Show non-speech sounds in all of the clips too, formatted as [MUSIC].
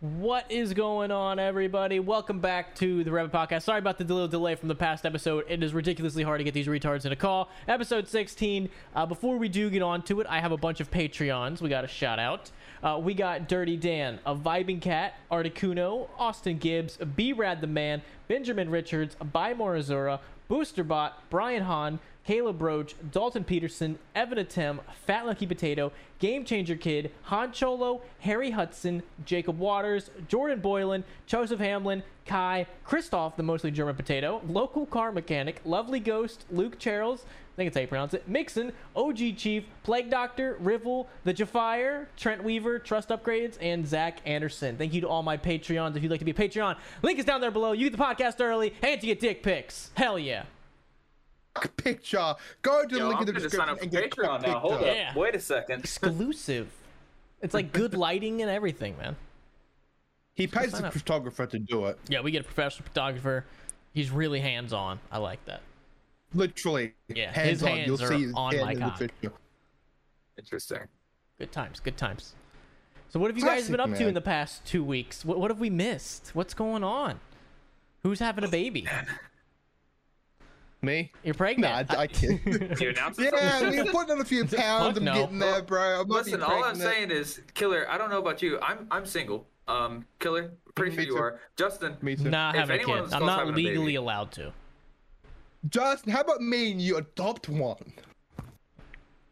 What is going on, everybody? Welcome back to the Rabbit Podcast. Sorry about the little delay from the past episode. It is ridiculously hard to get these retards in a call. Episode 16. Uh, before we do get on to it, I have a bunch of Patreons we got a shout out. Uh, we got Dirty Dan, a Vibing Cat, Articuno, Austin Gibbs, B Rad the Man, Benjamin Richards, By Morizura, Boosterbot, Brian Hahn, Caleb Roach, Dalton Peterson, Evan Atem, Fat Lucky Potato, Game Changer Kid, Han Cholo, Harry Hudson, Jacob Waters, Jordan Boylan, Joseph Hamlin, Kai, Christoph the Mostly German Potato, Local Car Mechanic, Lovely Ghost, Luke Charles, I think it's how you pronounce it, Mixon, OG Chief, Plague Doctor, Rivel, The Jafier, Trent Weaver, Trust Upgrades, and Zach Anderson. Thank you to all my Patreons. If you'd like to be a Patreon, link is down there below. You get the podcast early and you get dick pics. Hell yeah. picture. Go to the Yo, link I'm in the gonna sign description up for and get a Patreon cock now. Hold up. picked Yeah. Wait a second. Exclusive. It's like good lighting and everything, man. He pays sign the up. photographer to do it. Yeah, we get a professional photographer. He's really hands on. I like that. Literally. Yeah, hands his on. hands You'll are see his on hand my in cock. the picture. Interesting. Good times, good times. So, what have you guys Classic, been up to man. in the past two weeks? What, what have we missed? What's going on? Who's having a baby? [LAUGHS] Me? You're pregnant. Nah, I, [LAUGHS] I kid. You announced it? yeah, I mean, putting on a few pounds. Fuck I'm no. getting there, bro. I might Listen, be all I'm pregnant. saying is, Killer. I don't know about you. I'm I'm single. Um, Killer. Pretty Me sure you too. are. Justin. Me too. Nah, If having a anyone kid. was I'm close not having a baby. legally allowed to. Justin, how about me and you adopt one?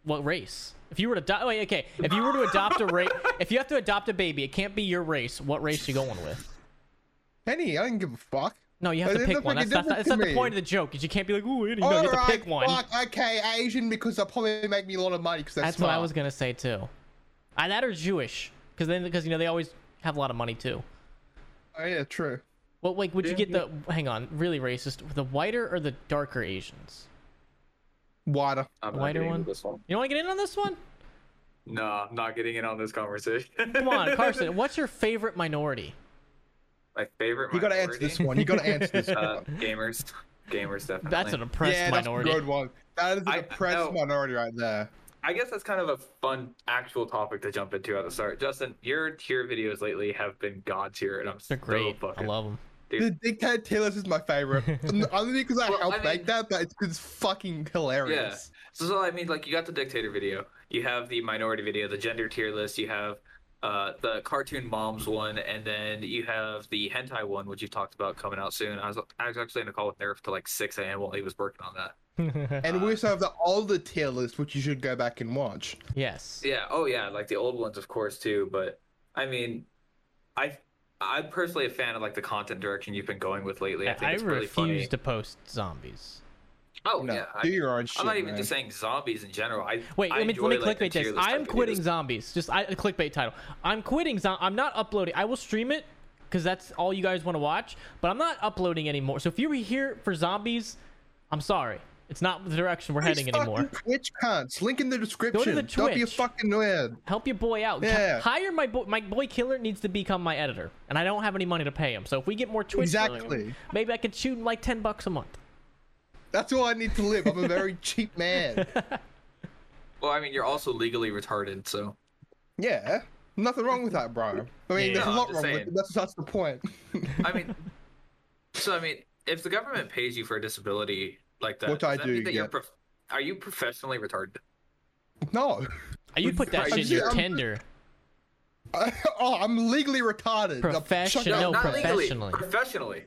What race? If you were to adopt, wait, okay. If you were to adopt a [LAUGHS] race, if you have to adopt a baby, it can't be your race. What race you going with? Any, I don't give a fuck. No, you have It to doesn't pick one. make That's, a that's, not, difference that's not to the me. point of the joke. Is you can't be like, ooh, you know, All you have to pick right, one. Fuck, okay, Asian because they'll probably make me a lot of money because That's what I was gonna say too. I, that or Jewish, because then because you know they always have a lot of money too. Oh, yeah, true. Well, like, would you get the? Hang on, really racist. The whiter or the darker Asians? Water. I'm Wider getting one? into This one. You want to get in on this one? No, I'm not getting in on this conversation. Come [LAUGHS] on, Carson. What's your favorite minority? My favorite. You gotta answer this one. You gotta [LAUGHS] answer this one. Uh, gamers. Gamers definitely. That's an oppressed [LAUGHS] yeah, that's minority. a good one. That is I- a depressed no. minority right there. I guess that's kind of a fun actual topic to jump into at the start. Justin, your tier videos lately have been god tier, and I'm They're so great. I fucking. love them. The dictator Taylor's is my [LAUGHS] favorite. N- Only because I Well, helped I make mean- that, but it's, 'cause it's fucking hilarious. So, so I mean, like you got the dictator video, you have the minority video, the gender tier list, you have uh, the cartoon moms one, and then you have the hentai one, which you talked about coming out soon. I was I was actually in a call with Nerf to like six a.m. while he was working on that. And Uh, we also have the older tier list, which you should go back and watch. yes. Yeah. Oh yeah, like the old ones, of course too. But I mean, I I'm personally a fan of like the content direction you've been going with lately. I I, think it's really refuse funny. to post zombies. Oh No, yeah. do I, your own shit. am not even man. just saying zombies in general. I Wait, I let me, enjoy, let me like, the clickbait tier this. list I'm type quitting videos. zombies. Just I, a clickbait title. I'm quitting. Zom- I'm not uploading. I will stream it because that's all you guys want to watch. But I'm not uploading anymore. So if you were here for zombies, I'm sorry. It's not the direction we're These heading anymore. fucking Twitch cunts. Link in the description. Don't be a Twitch. fucking nerd. Help your boy out. Yeah. Hire my boy. My boy Killer needs to become my editor, and I don't have any money to pay him. So if we get more Twitch, revenue, Exactly. maybe I could shoot him like ten bucks a month. That's all I need to live. I'm a [LAUGHS] very cheap man. Well, I mean, you're also legally retarded, so Yeah. Nothing wrong with that, bro. I mean, Yeah. there's No, a I'm lot just wrong saying. with it. That's, that's the point. [LAUGHS] I mean, so I mean, if the government pays you for a disability like that, Which does I that do mean that you're get. prof- are you professionally retarded? no. [LAUGHS] You put that I'm shit in your just- I'm- Tinder. oh, I'm legally retarded. Professional. Shut No, up. Not professionally. legally, professionally,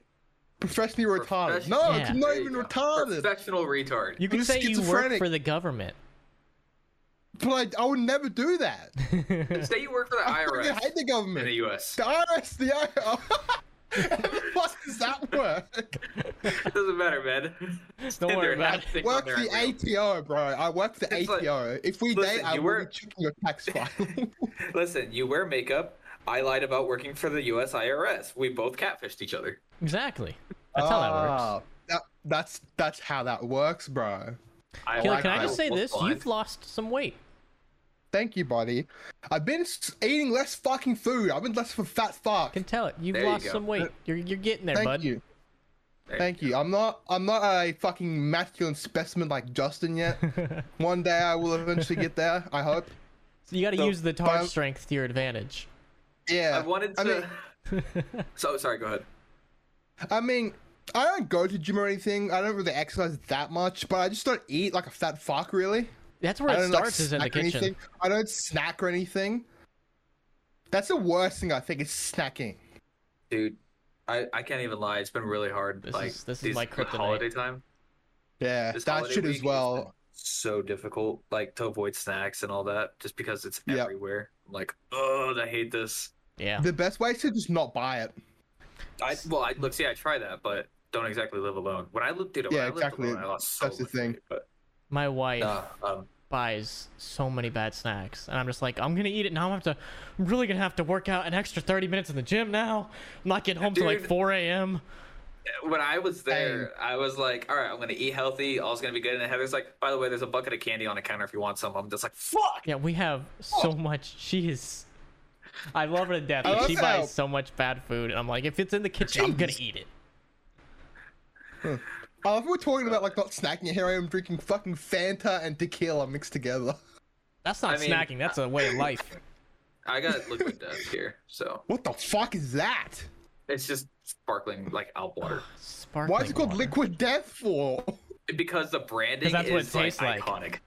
Professionally retarded. Professional. No, it's Yeah. not There you even go. retarded. professional retard. [LAUGHS] You can just say you work schizophrenic. for the [LAUGHS] government. But I, I would never do that. [LAUGHS] Say you work for the I fucking hate IRS the in the government. [LAUGHS] U.S. The IRS, the IRS. How [LAUGHS] the fuck does that work? It doesn't matter, man. Don't worry about it. Work the ATO, bro. I work the It's like- ATO. if we listen, date, I you will were- be checking your [LAUGHS] tax file. Listen, you wear makeup. I lied about working for the U.S. IRS. We both catfished each other. Exactly. [LAUGHS] That's how that works. Ah, that- that's that's how that works, bro. Oh, I Kayla, lied- can I just say was this? blind. You've lost some weight. Thank you, buddy. I've been s- eating less fucking food. I've been less of a fat fuck. Can tell it. You've There you lost go. some weight. You're you're getting there, Thank bud. you. There Thank you. I'm not. I'm not a fucking masculine specimen like [LAUGHS] Justin yet. One [LAUGHS] day I will eventually get there. I hope. So you got to So, use the tar but- strength to your advantage. Yeah. I wanted I to. [LAUGHS] so sorry. Go ahead. I mean, I don't go to gym or anything. I don't really exercise that much, but I just don't eat like a fat fuck, really. That's where I it don't like, starts is in the snack or kitchen. Anything. I don't snack or anything. That's the worst thing I think is snacking. dude I, I can't even lie it's been really hard This like is- this is these- my with kryptonite. holiday time Yeah, This that holiday shit week as has well. so difficult like to avoid snacks and all that just because it's Yep. everywhere I'm like oh i hate this Yeah. The best way is to just not buy it. i well i look see i try that but don't exactly live alone when i lived dude when Yeah, I lived exactly. alone, I lost so That's the much thing. weight, but My wife uh, um buys so many bad snacks, and I'm just like, I'm gonna eat it now. I'm have to. I'm really gonna have to work out an extra 30 minutes in the gym now. I'm not getting home till like Dude. 4 a.m. when i was there i was like all right i'm gonna eat healthy all's gonna be good and heather's like by the way there's a bucket of candy on the counter if you want some i'm just like fuck Yeah, we have so much. She is. I love her to death. Oh. I but she love how- buys so much bad food, and I'm like, if it's in the kitchen, I'm gonna Jeez. eat it. I love we're talking about like not snacking. Here I am drinking fucking Fanta and tequila mixed together. [LAUGHS] That's not I mean, snacking. That's a way of life. i got liquid death here so What the fuck is that? it's just sparkling like [SIGHS] alp water Sparkling Why is it called water. liquid death for? [LAUGHS] because the 'Cause branding that's what is it tastes like, like.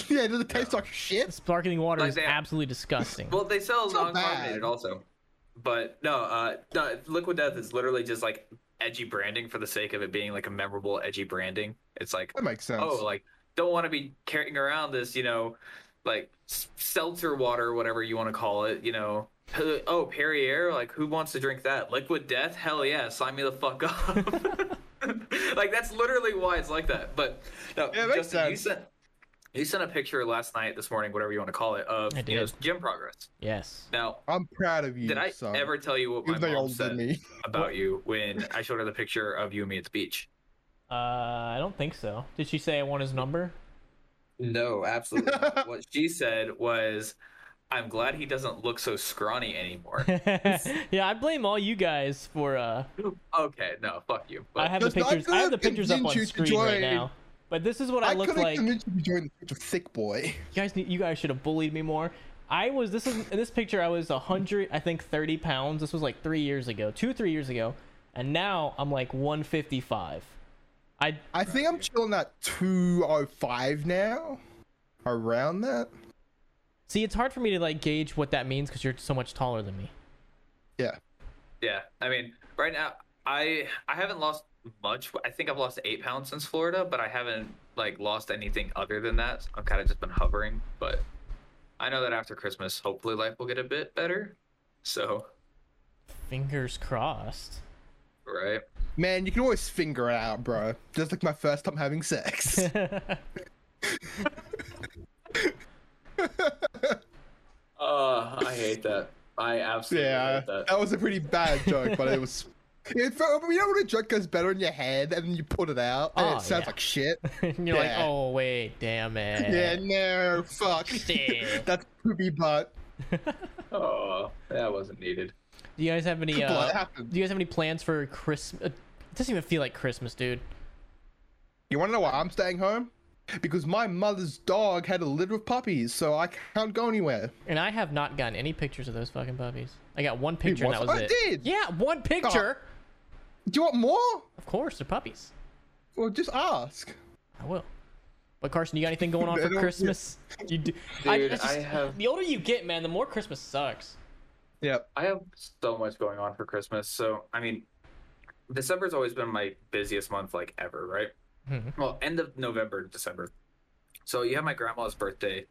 iconic. yeah, does it taste like shit? Sparkling water Like is that. absolutely disgusting. Well, they sell not non-carbonated bad. also, but no, uh, no, Liquid Death is literally just like edgy branding for the sake of it being like a memorable edgy branding. It's like, That makes sense. oh, like don't want to be carrying around this, you know, like s- seltzer water, whatever you want to call it, you know. Oh, Perrier, like who wants to drink that? Liquid Death? Hell yeah, sign me the fuck up. [LAUGHS] like that's literally why it's like that. But no, Yeah, it makes Justin, you sense. sent you sent a picture last night, this morning, whatever you want to call it, of I you know did. gym progress. yes. Now, I'm proud of you. did I son. ever tell you what my Even though you're mom older than said me. about you when I showed her the picture of you and me at the beach? Uh, I don't think so. Did she say I want his number? No, absolutely. not. What she said was, "I'm glad he doesn't look so scrawny [LAUGHS] anymore." yeah, I blame all you guys for. uh okay, no, fuck you. I But have the Does not pictures. I have the good pictures up on convince you to screen right join. now. But this is what I, I look couldn't like. You convince you to join such a thick boy. guys, need, you guys should have bullied me more. I was this is in this picture. I was hundred, I think thirty pounds. This was like three years ago, two three years ago, and now I'm like one fifty five. I I think I'm chilling at 205 now, around that. see. It's hard for me to like gauge what that means because you're so much taller than me. Yeah. yeah, I mean, right now, I I haven't lost much. I think I've lost eight pounds since Florida, but I haven't like lost anything other than that. I've kind of just been hovering. But I know that after Christmas, hopefully, life will get a bit better. So, Fingers crossed. [LAUGHS] right. Man, you can always finger it out, bro. Just like my first time having sex. [LAUGHS] Uh, I hate that. I absolutely yeah, hate that. that was a pretty bad joke, but it was. It felt, you know when a joke goes better in your head and you put it out and Oh, it sounds yeah. like shit? and you're like, Yeah. oh wait, damn it. yeah, no, fuck. Shit. [LAUGHS] That's poopy butt. Oh, that wasn't needed. Do you guys have any? Well, it Uh, happened. do you guys have any plans for Christmas? It doesn't even feel like Christmas, dude. You want to know why I'm staying home? Because my mother's dog had a litter of puppies, so I can't go anywhere. And I have not gotten any pictures of those fucking puppies. I got one picture, and that what? was I it. did! Oh. Yeah, one picture. Do you want more? Of course, they're puppies. Well, just ask. I will. But Carson, you got anything [LAUGHS] going on They for don't- Christmas? You do. I, Dude, it's I have- The older you get, man, the more Christmas [LAUGHS] sucks. [LAUGHS] Yep. I have so much going on for Christmas. So, I mean, December's always been my busiest month, like ever, right? Mhm. Well, end of November, to December. So, you have my grandma's birthday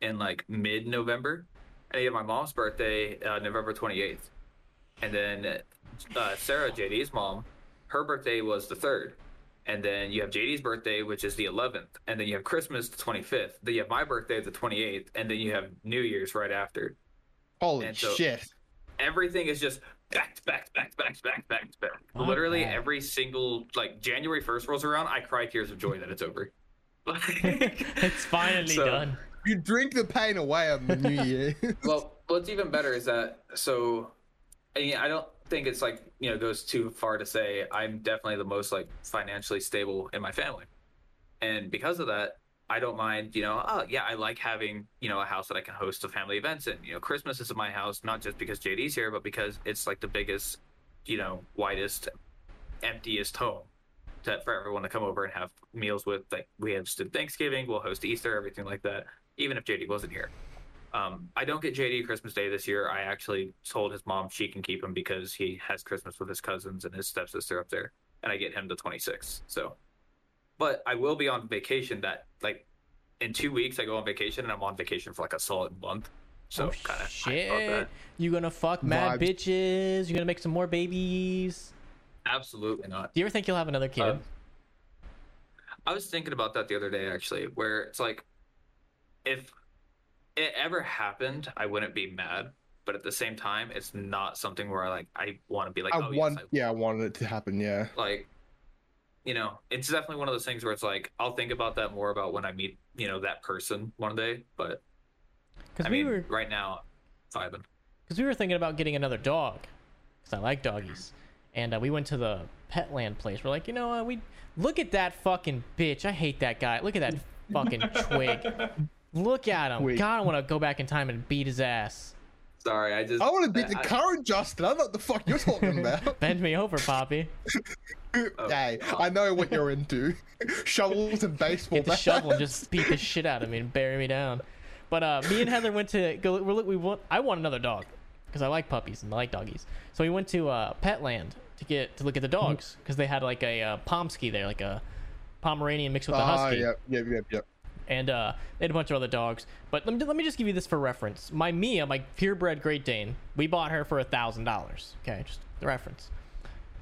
in like mid November, and you have my mom's birthday, uh, November 28th. And then uh, Sarah, JD's mom, her birthday was the 3rd. And then you have JD's birthday, which is the 11th. And then you have Christmas, the 25th. Then you have my birthday, the 28th. And then you have New Year's right after. Holy And so- shit. everything is just back to back to back to back to back to back to back. Not Literally bad. every single like January first rolls around, I cry tears of joy that it's over. it's finally So- done. You drink the pain away on the new year. well, what's even better is that so I, mean, I don't think it's like you know goes too far to say I'm definitely the most like financially stable in my family, and because of that, I don't mind, you know, oh yeah, I like having, you know, a house that I can host a family events in. You know, Christmas is at my house, not just because JD's here, but because it's like the biggest, you know, widest, emptiest home to, for everyone to come over and have meals with. Like we hosted Thanksgiving, we'll host Easter, everything like that. Even if JD wasn't here, um, I don't get JD Christmas Day this year. I actually told his mom she can keep him because he has Christmas with his cousins and his stepsister up there, and I get him the 26th. So, but I will be on vacation that like in two weeks. I go on vacation and I'm on vacation for like a solid month. So oh, kind of shit. You gonna fuck mad Vibes. bitches? You gonna make some more babies? Absolutely not. Do you ever think you'll have another kid? Uh, I was thinking about that the other day actually, where it's like if it ever happened, I wouldn't be mad. But at the same time, it's not something where I like I want to be like, I oh want, yes, I yeah, I wanted it to happen. Yeah, like you know it's definitely one of those things where it's like i'll think about that more about when i meet you know that person one day but Because i we mean were right now vibing because we were thinking about getting another dog because I like doggies. And uh, we went to the Petland place. We're like, you know what? We look at that fucking bitch. I hate that guy. Look at that fucking twig. Look at him. Twig. God, I want to go back in time and beat his ass. sorry i just I want to beat the I- current Justin. I don't know what the fuck [LAUGHS] you're talking about. Bend me over, Poppy. Oh, hey, God. I know what you're into. [LAUGHS] Shovels and baseball Get the bats. [LAUGHS] shovel and just beat the shit out of me and bury me down. But uh, me and Heather went to go. We're, look, we want. I want another dog because I like puppies and I like doggies. So we went to uh, Petland to get to look at the Mm-hmm. dogs because they had like a uh, Pomsky there, like a Pomeranian mixed with a Ah, husky. yep, yep, yep, yep. and uh, they had a bunch of other dogs. But let me, let me just give you this for reference. My Mia, my purebred Great Dane, we bought her for a thousand dollars. Okay, just the reference.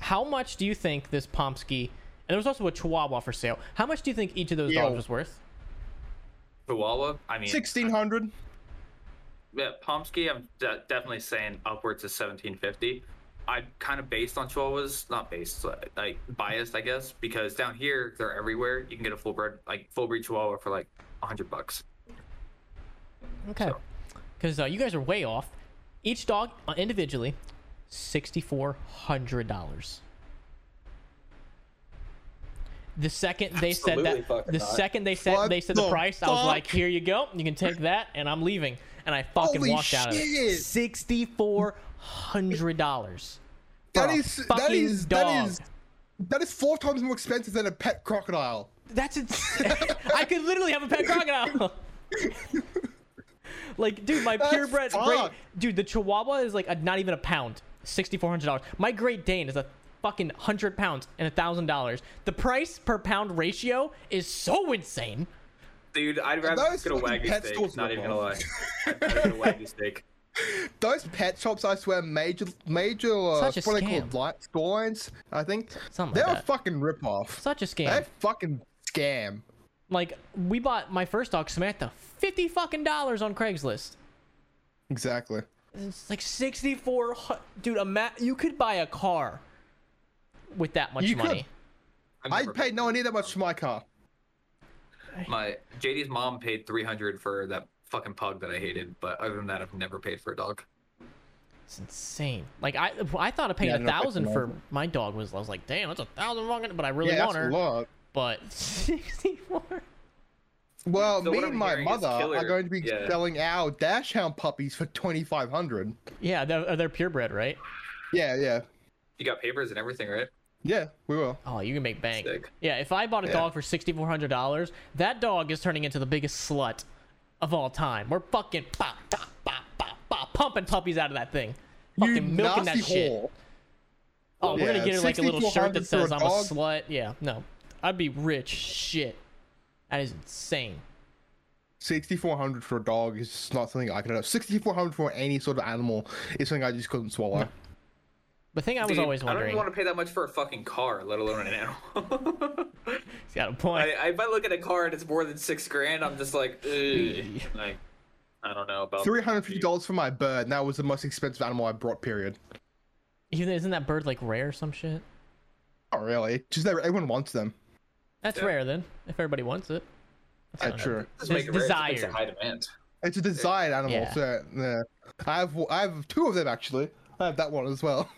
How much do you think this Pomsky? And there was also a Chihuahua for sale. How much do you think each of those Yo. dogs was worth? chihuahua i mean Sixteen hundred. yeah pomsky i'm de- definitely saying upwards of 1750 i'm kind of based on chihuahuas not based like- like biased i guess because down here they're everywhere you can get a full bred like full breed chihuahua for like 100 bucks Okay, So- because uh, you guys are way off. Each dog uh, individually, sixty four hundred dollars. The second they Absolutely said that, fucking the not. second they said What they said the, the price, I was fuck? like, "Here you go, you can take that," and I'm leaving. And I fucking Holy walked out of it. shit. Sixty four hundred dollars. That is that fucking is that dog. is that is four times more expensive than a pet crocodile. That's insane. [LAUGHS] I could literally have a pet crocodile. [LAUGHS] like, dude, my That's purebred great fucked. dude, the Chihuahua is like a, not even a pound, sixty four hundred dollars. My Great Dane is a fucking hundred pounds and a thousand dollars. The price per pound ratio is so insane. Dude, I'd rather Those get a fucking wagyu pet steak. stores Not rip even gonna lie, off. I'd rather get a [LAUGHS] wagyu steak. Those pet shops, I swear, major major uh, Such a what are they scam. called light storelines, I think. Something They're like a that. fucking ripoff. Such a scam. They're fucking scam. like, we bought my first dog, Samantha, fifty fucking dollars on Craigslist. Exactly. It's like sixty four. Dude, a ma- you could buy a car with that much You could. money. I've I never- paid nowhere near that much for my car. My JD's mom paid three hundred for that fucking pug that I hated, but other than that, I've never paid for a dog. It's insane. Like I, I thought of paying Yeah, a no, that's thousand for amazing. my dog was. I was like, damn, that's a thousand fucking. But I really yeah, want that's her. a lot. [LAUGHS] But sixty-four. Well, So me what and I'm my hearing is mother are killer- going to be yeah. selling our dash hound puppies for twenty five hundred. Yeah, they're, they're purebred, right? Yeah, yeah, You got papers and everything, right? yeah. We will. Oh, you can make bank. Sick. Yeah, if I bought a Yeah. dog for sixty-four hundred dollars, that dog is turning into the biggest slut of all time. We're fucking pop, pop, pop, pop, pop, pumping puppies out of that thing. Fucking you milking that nasty shit. whore. Oh, we're gonna Yeah, get her like a little shirt that 6,400 for a says "I'm a dog? slut." Yeah, no, I'd be rich. Shit, that is insane. Sixty four hundred for a dog is just not something I can have. Sixty four hundred for any sort of animal is something I just couldn't swallow. The thing I was Dude, always I don't wondering. even want to pay that much for a fucking car, let alone an animal. [LAUGHS] He's got a point. I, if I look at a car and it's more than six grand, I'm just like, Ugh. [LAUGHS] like, I don't know about Three hundred fifty dollars for my bird. And that was the most expensive animal I brought. Period. Even isn't that bird like rare or some shit? Not really. Just never, everyone wants them. That's Yeah. rare then, if everybody wants it. Yeah, sure. Just make Des- it rare, it's- It's a desire. high demand. It's a desired animal. Yeah. So yeah. I have I have two of them actually. I have that one as well.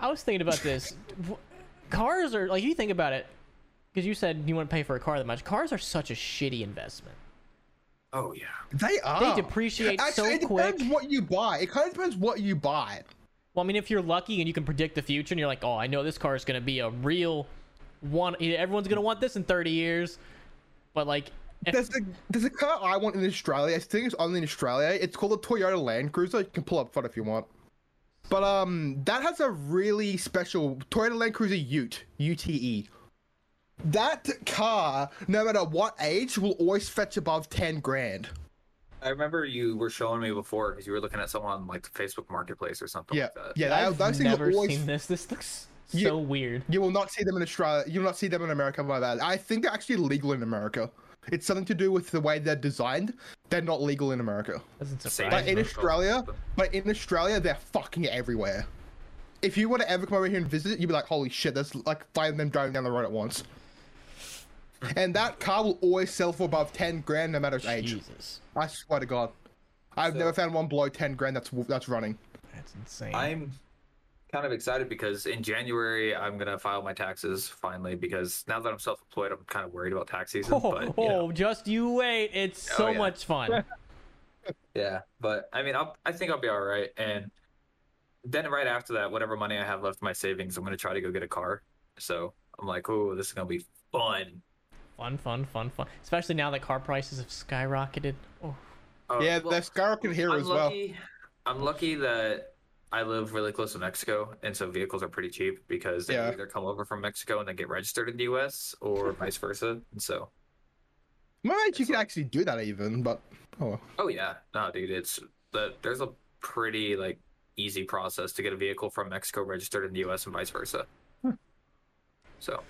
I was thinking about this. Cars are like if you think about it, because you said you wouldn't pay for a car that much. Cars are such a shitty investment. Oh yeah. They are. depreciate so Actually, it quick. depends what you buy. It kind of depends what you buy. Well, I mean, if you're lucky and you can predict the future, and you're like, oh, I know this car is going to be a real one. Everyone's going to want this in 30 years, but like, if, There's a there's a car I want in Australia. I think it's only in Australia. It's called a Toyota Land Cruiser. You can pull up front if you want. But um, that has a really special Toyota Land Cruiser Ute UTE. That car, no matter what age, will always fetch above ten grand. I remember you were showing me before because you were looking at someone on like Facebook Marketplace or something Yeah, like that. yeah. That, I've those things never will always. seen this. This looks so You- weird. You will not see them in Australia. You will not see them in America like that. I think they're actually legal in America. It's something to do with the way they're designed. They're not legal in America. Doesn't surprise Same. But Like, me. in know. Australia, but in Australia, they're fucking everywhere. If you were to ever come over here and visit, you'd be like, "Holy shit!" There's like five of them driving down the road at once. And that car will always sell for above ten grand, no matter its age. Jesus, I swear to God, I've So- never found one below ten grand that's that's running. that's insane. I'm kind of excited because in January I'm gonna file my taxes finally because now that I'm self-employed I'm kind of worried about tax season. [LAUGHS] oh, but you know, oh, just you wait. It's Oh, so yeah. much fun. yeah, but I mean I'll, I think I'll be all right. And then right after that, whatever money I have left in my savings, I'm gonna try to go get a car. So I'm like, oh, this is gonna be fun. fun, fun, fun, fun. Especially now that car prices have skyrocketed. Oh, Uh, yeah, well- they're skyrocketing here as well. lucky, I'm lucky that I live really close to Mexico, and so vehicles are pretty cheap because they Yeah. either come over from Mexico and then get registered in the U.S. [LAUGHS] or vice versa. And so, My age, you It's can like- actually do that even, but oh, well. oh yeah, no, dude, it's the there's a pretty like easy process to get a vehicle from Mexico registered in the U.S. and vice versa. Hmm. So,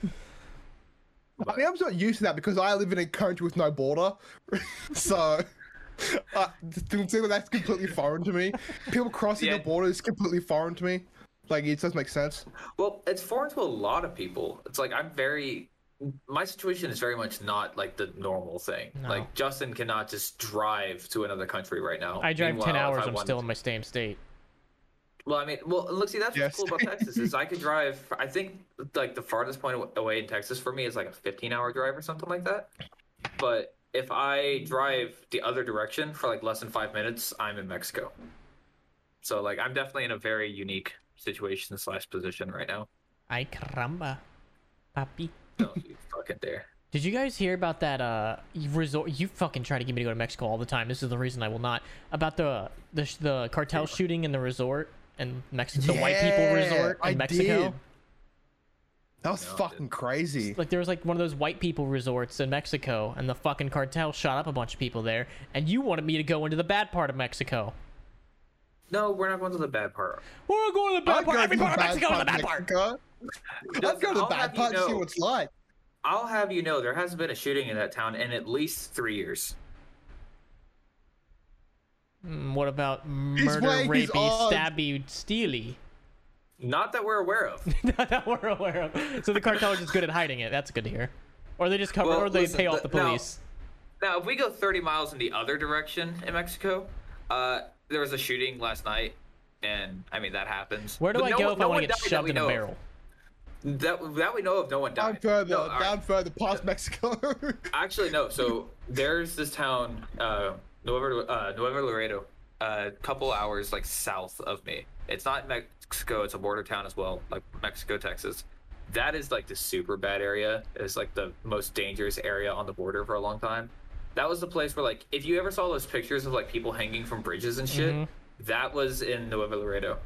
I mean, I'm just not used to that because I live in a country with no border, [LAUGHS] so uh, th- th- that's completely foreign to me. People crossing Yeah. the border is completely foreign to me. Like it doesn't make sense. well, it's foreign to a lot of people. It's like I'm very. My situation is very much not like the normal thing. No. Like Justin cannot just drive to another country right now. I drive ten Meanwhile, if hours. I I'm wanted still in my same state. Well, I mean, well, look, see, that's Yes. what's cool about Texas is I could drive. I think like the farthest point aw- away in Texas for me is like a 15-hour drive or something like that. But if I drive the other direction for like less than five minutes, I'm in Mexico. So like, I'm definitely in a very unique situation slash position right now. Ay caramba, papi. So, you fucking there. Did you guys hear about that uh you resort? You fucking try to get me to go to Mexico all the time. This is the reason I will not. About the the sh- the cartel shooting in the resort and Mexico, the white people Yeah, resort in I Mexico. did. That was No, fucking dude. crazy. Like there was like one of those white people resorts in Mexico, and the fucking cartel shot up a bunch of people there. And you wanted me to go into the bad part of Mexico. No, we're not going to the bad part. We're going to the bad I'd part. go Every to the part of bad Mexico to the part of bad part. Mexico. I'd go to the I'll bad have you part to see know- what it's like. I'll have you know, there hasn't been a shooting in that town in at least three years. Mm, what about murder, way, rapey, he's odd. stabby, steely? [LAUGHS] Not that we're aware of. that we're aware of. So the cartel is just good at hiding it. That's good to hear. Or they just cover, Well, or they listen, pay off the th- now- police. Now, if we go 30 miles in the other direction in Mexico, uh, there was a shooting last night, and I mean that happens. Where do But I no go one- if no I want one to get died that shoved we in a know of. barrel? That that we know of, no one Down died. further, No, all right. down further, past Mexico. [LAUGHS] Actually, no. So there's this town, uh, Nuevo uh, Nuevo Laredo, a couple hours like south of me. It's not Mexico; it's a border town as well, like Mexico, Texas. That is like the super bad area. It's like the most dangerous area on the border for a long time. That was the place where, like, if you ever saw those pictures of like people hanging from bridges and shit, Mhm. that was in Nuevo Laredo,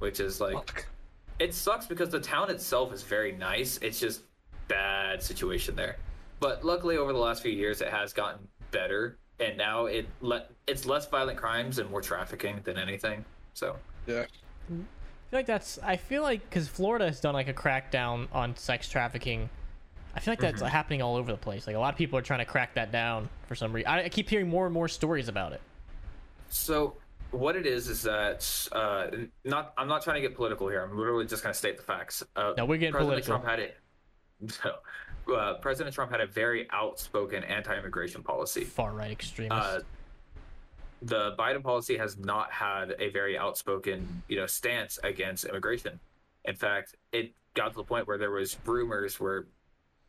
which is like, it sucks because the town itself is very nice. It's just bad situation there. But luckily, over the last few years, it has gotten better, and now it le- it's less violent crimes and more trafficking than anything. So yeah. I feel like that's. I feel like because Florida has done like a crackdown on sex trafficking. I feel like that's Mm-hmm. happening all over the place. Like a lot of people are trying to crack that down for some reason. I, I keep hearing more and more stories about it. So what it is is that uh, not I'm not trying to get political here. I'm literally just going to state the facts. Uh, No, we're getting President political. Trump had it. [LAUGHS] So, uh, President Trump had a very outspoken anti-immigration policy. Far right extremists. Uh, the Biden policy has not had a very outspoken, you know, stance against immigration. In fact, it got to the point where there was rumors where,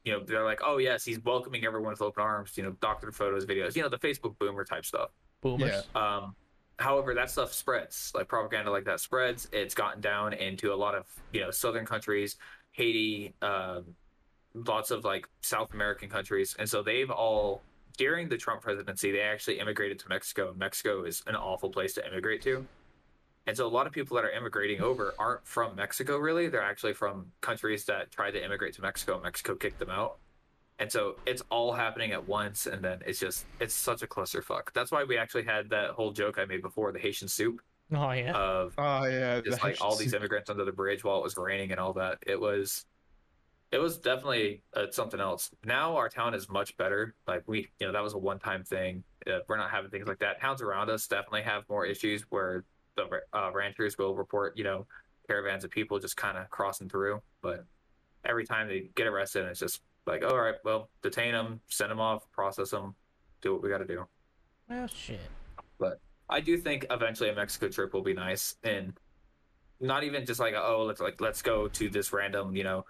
you you know they're like, oh yes, he's welcoming everyone with open arms. You know, doctored photos, videos, you know, the Facebook boomer type stuff. Boomers. Yeah. Um, however, that stuff spreads. Like propaganda like that spreads. It's gotten down into a lot of you know southern countries, Haiti, um, lots of like South American countries, and so they've all during the Trump presidency they actually immigrated to Mexico. Mexico is an awful place to immigrate to. And so a lot of people that are immigrating over aren't from Mexico really. They're actually from countries that tried to immigrate to Mexico. and Mexico kicked them out. And so it's all happening at once and then it's just it's such a clusterfuck. That's why we actually had that whole joke I made before, the Haitian soup Oh yeah. of Oh [LAUGHS] yeah, just like all these immigrants under the bridge while it was raining and all that. It was, it was definitely uh, something else. Now our town is much better. Like we, you know, that was a one-time thing. Uh, we're not having things like that. Towns around us definitely have more issues where the uh, ranchers will report, you know, caravans of people just kind of crossing through. But every time they get arrested, it's just like, "Oh, all right, well, detain them, send them off, process them, do what we got to do. well, shit. I do think eventually a Mexico trip will be nice, and not even just like oh let's like let's go to this random you know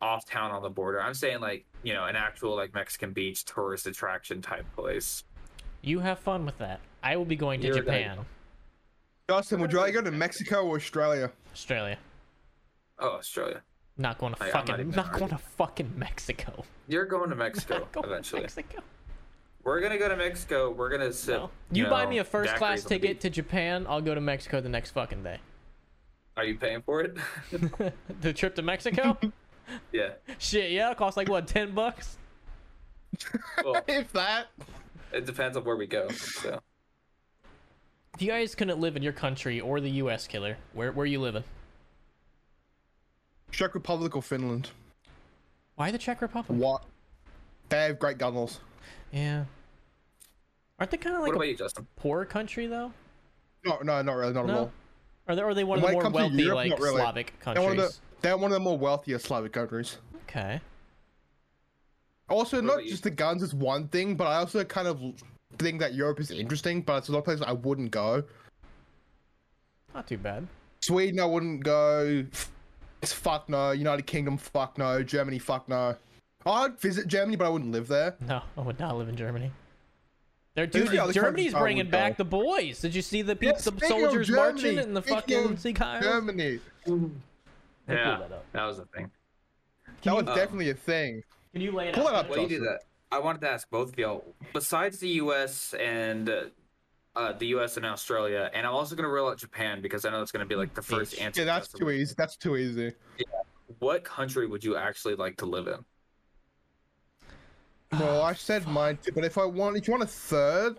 off town on the border. I'm saying like you know an actual like Mexican beach tourist attraction type place. You have fun with that. I will be going to You're right. Japan, Justin, would you rather go to Mexico or Australia? Australia. Oh, Australia! Not going to Like, I'm not fucking. even not arguing. going to fucking Mexico. [LAUGHS] You're going to Mexico Not [LAUGHS] going eventually. To Mexico. We're gonna go to Mexico. We're gonna sip. No. You, buy know, me a first class daiquiris on the ticket beach. to Japan, I'll go to Mexico the next fucking day. Are you paying for it? [LAUGHS] the trip to Mexico? yeah. Shit, yeah, it costs like what, ten bucks? Well, If that. it depends on where we go. So If you guys couldn't live in your country or the U.S. killer, where where are you living? Czech Republic or Finland? Why the Czech Republic? What? They have great gun laws. Yeah. Aren't they kind of like what a about you, Justin? poor country though? No, no, not really, not at No. Oh, all. Are they, are they one of the When it more comes to wealthy Europe, like not really. Slavic They're one, of the, countries? they're one of the more wealthiest Slavic countries. Okay. Also, What not about you? just the guns is one thing, but I also kind of think that Europe is interesting, but it's a lot of places I wouldn't go. Not too bad. Sweden, I wouldn't go. It's fuck no. United Kingdom, fuck no. Germany, fuck no. I'd visit Germany, but I wouldn't live there. No, I would not live in Germany. They're dude, the other Germany's countries I bringing would back go. the boys. Did you see the peop Yeah, the speaking of soldiers marching Germany, and the speaking fucking of Sieg Heil? Germany. I'll pull Yeah, that up. that was the thing. That was Oh. uh, definitely a thing. Can you lay it Pull out? it up. While you do Joshua. that, I wanted to ask both of y'all. Besides the U.S. and uh, uh, the U.S. and Australia, and I'm also going to rule out Japan because I know that's going to be like the first Bitch. answer. Yeah, that's Justin. too easy. That's too easy. What country would you actually like to live in? Ah, Well, I said mine too, but if I want, if you want a third,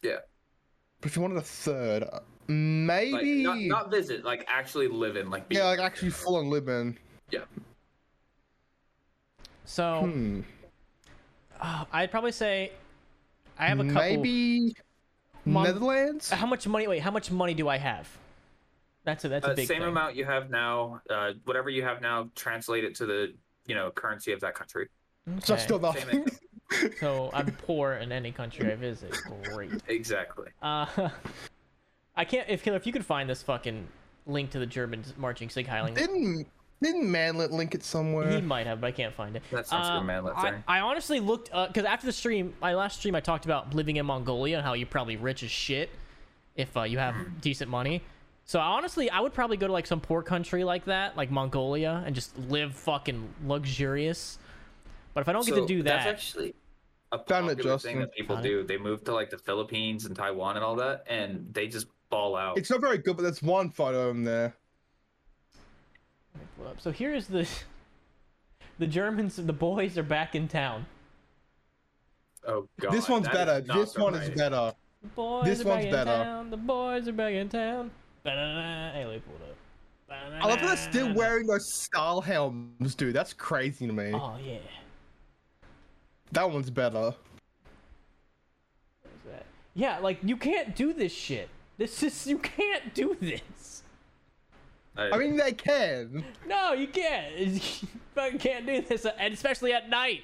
Yeah, but if you wanted a third, uh, like, maybe. not, not visit, like actually live in, like be- yeah, like actually full on live in. yeah. So Hmm. uh, I'd probably say I have a couple. Ah, Maybe Mon- Netherlands. How much money? Wait, how much money do I have? That's a that's a Uh, big same thing. amount you have now. Uh, whatever you have now, translate it to the you know currency of that country. So Okay, still nothing. income. so I'm poor in any country I visit. Great. Exactly. Uh, [LAUGHS] I can't. If Killer, if you could find this fucking link to the German marching Sig Heiling, [LAUGHS] didn't didn't Manlet link it he somewhere? might have, but I can't find it. Uh, That sounds like a manlet I, thing. I honestly looked because after the stream, my last stream, I talked about living in Mongolia and how you're probably rich as shit if uh, you have Mm-hmm. decent money. So honestly, I would probably go to like some poor country like that, like Mongolia, and just live fucking luxurious. But if I don't get to So, do That's that, actually a Found it, popular thing Justin. that people Found it. do. They move to like the Philippines and Taiwan and all that, and they just ball out. It's not very good, but there's one photo in there. Well, so here is the [LAUGHS] the Germans, the boys are back in town. oh god. this one's that is better. not This the one right- is better. The boys This are one's back better. in town. The boys are back in town. Ba-da-da-da. Hey, look, pulled up. I love that they're still wearing those style helms, dude. That's crazy to me. [LAUGHS] Oh yeah. That one's better. What is that? Yeah, like you can't do this shit. This is [LAUGHS] you can't do this. I mean, they can. No, you can't. [LAUGHS] You fucking can't do this, uh, and especially at night.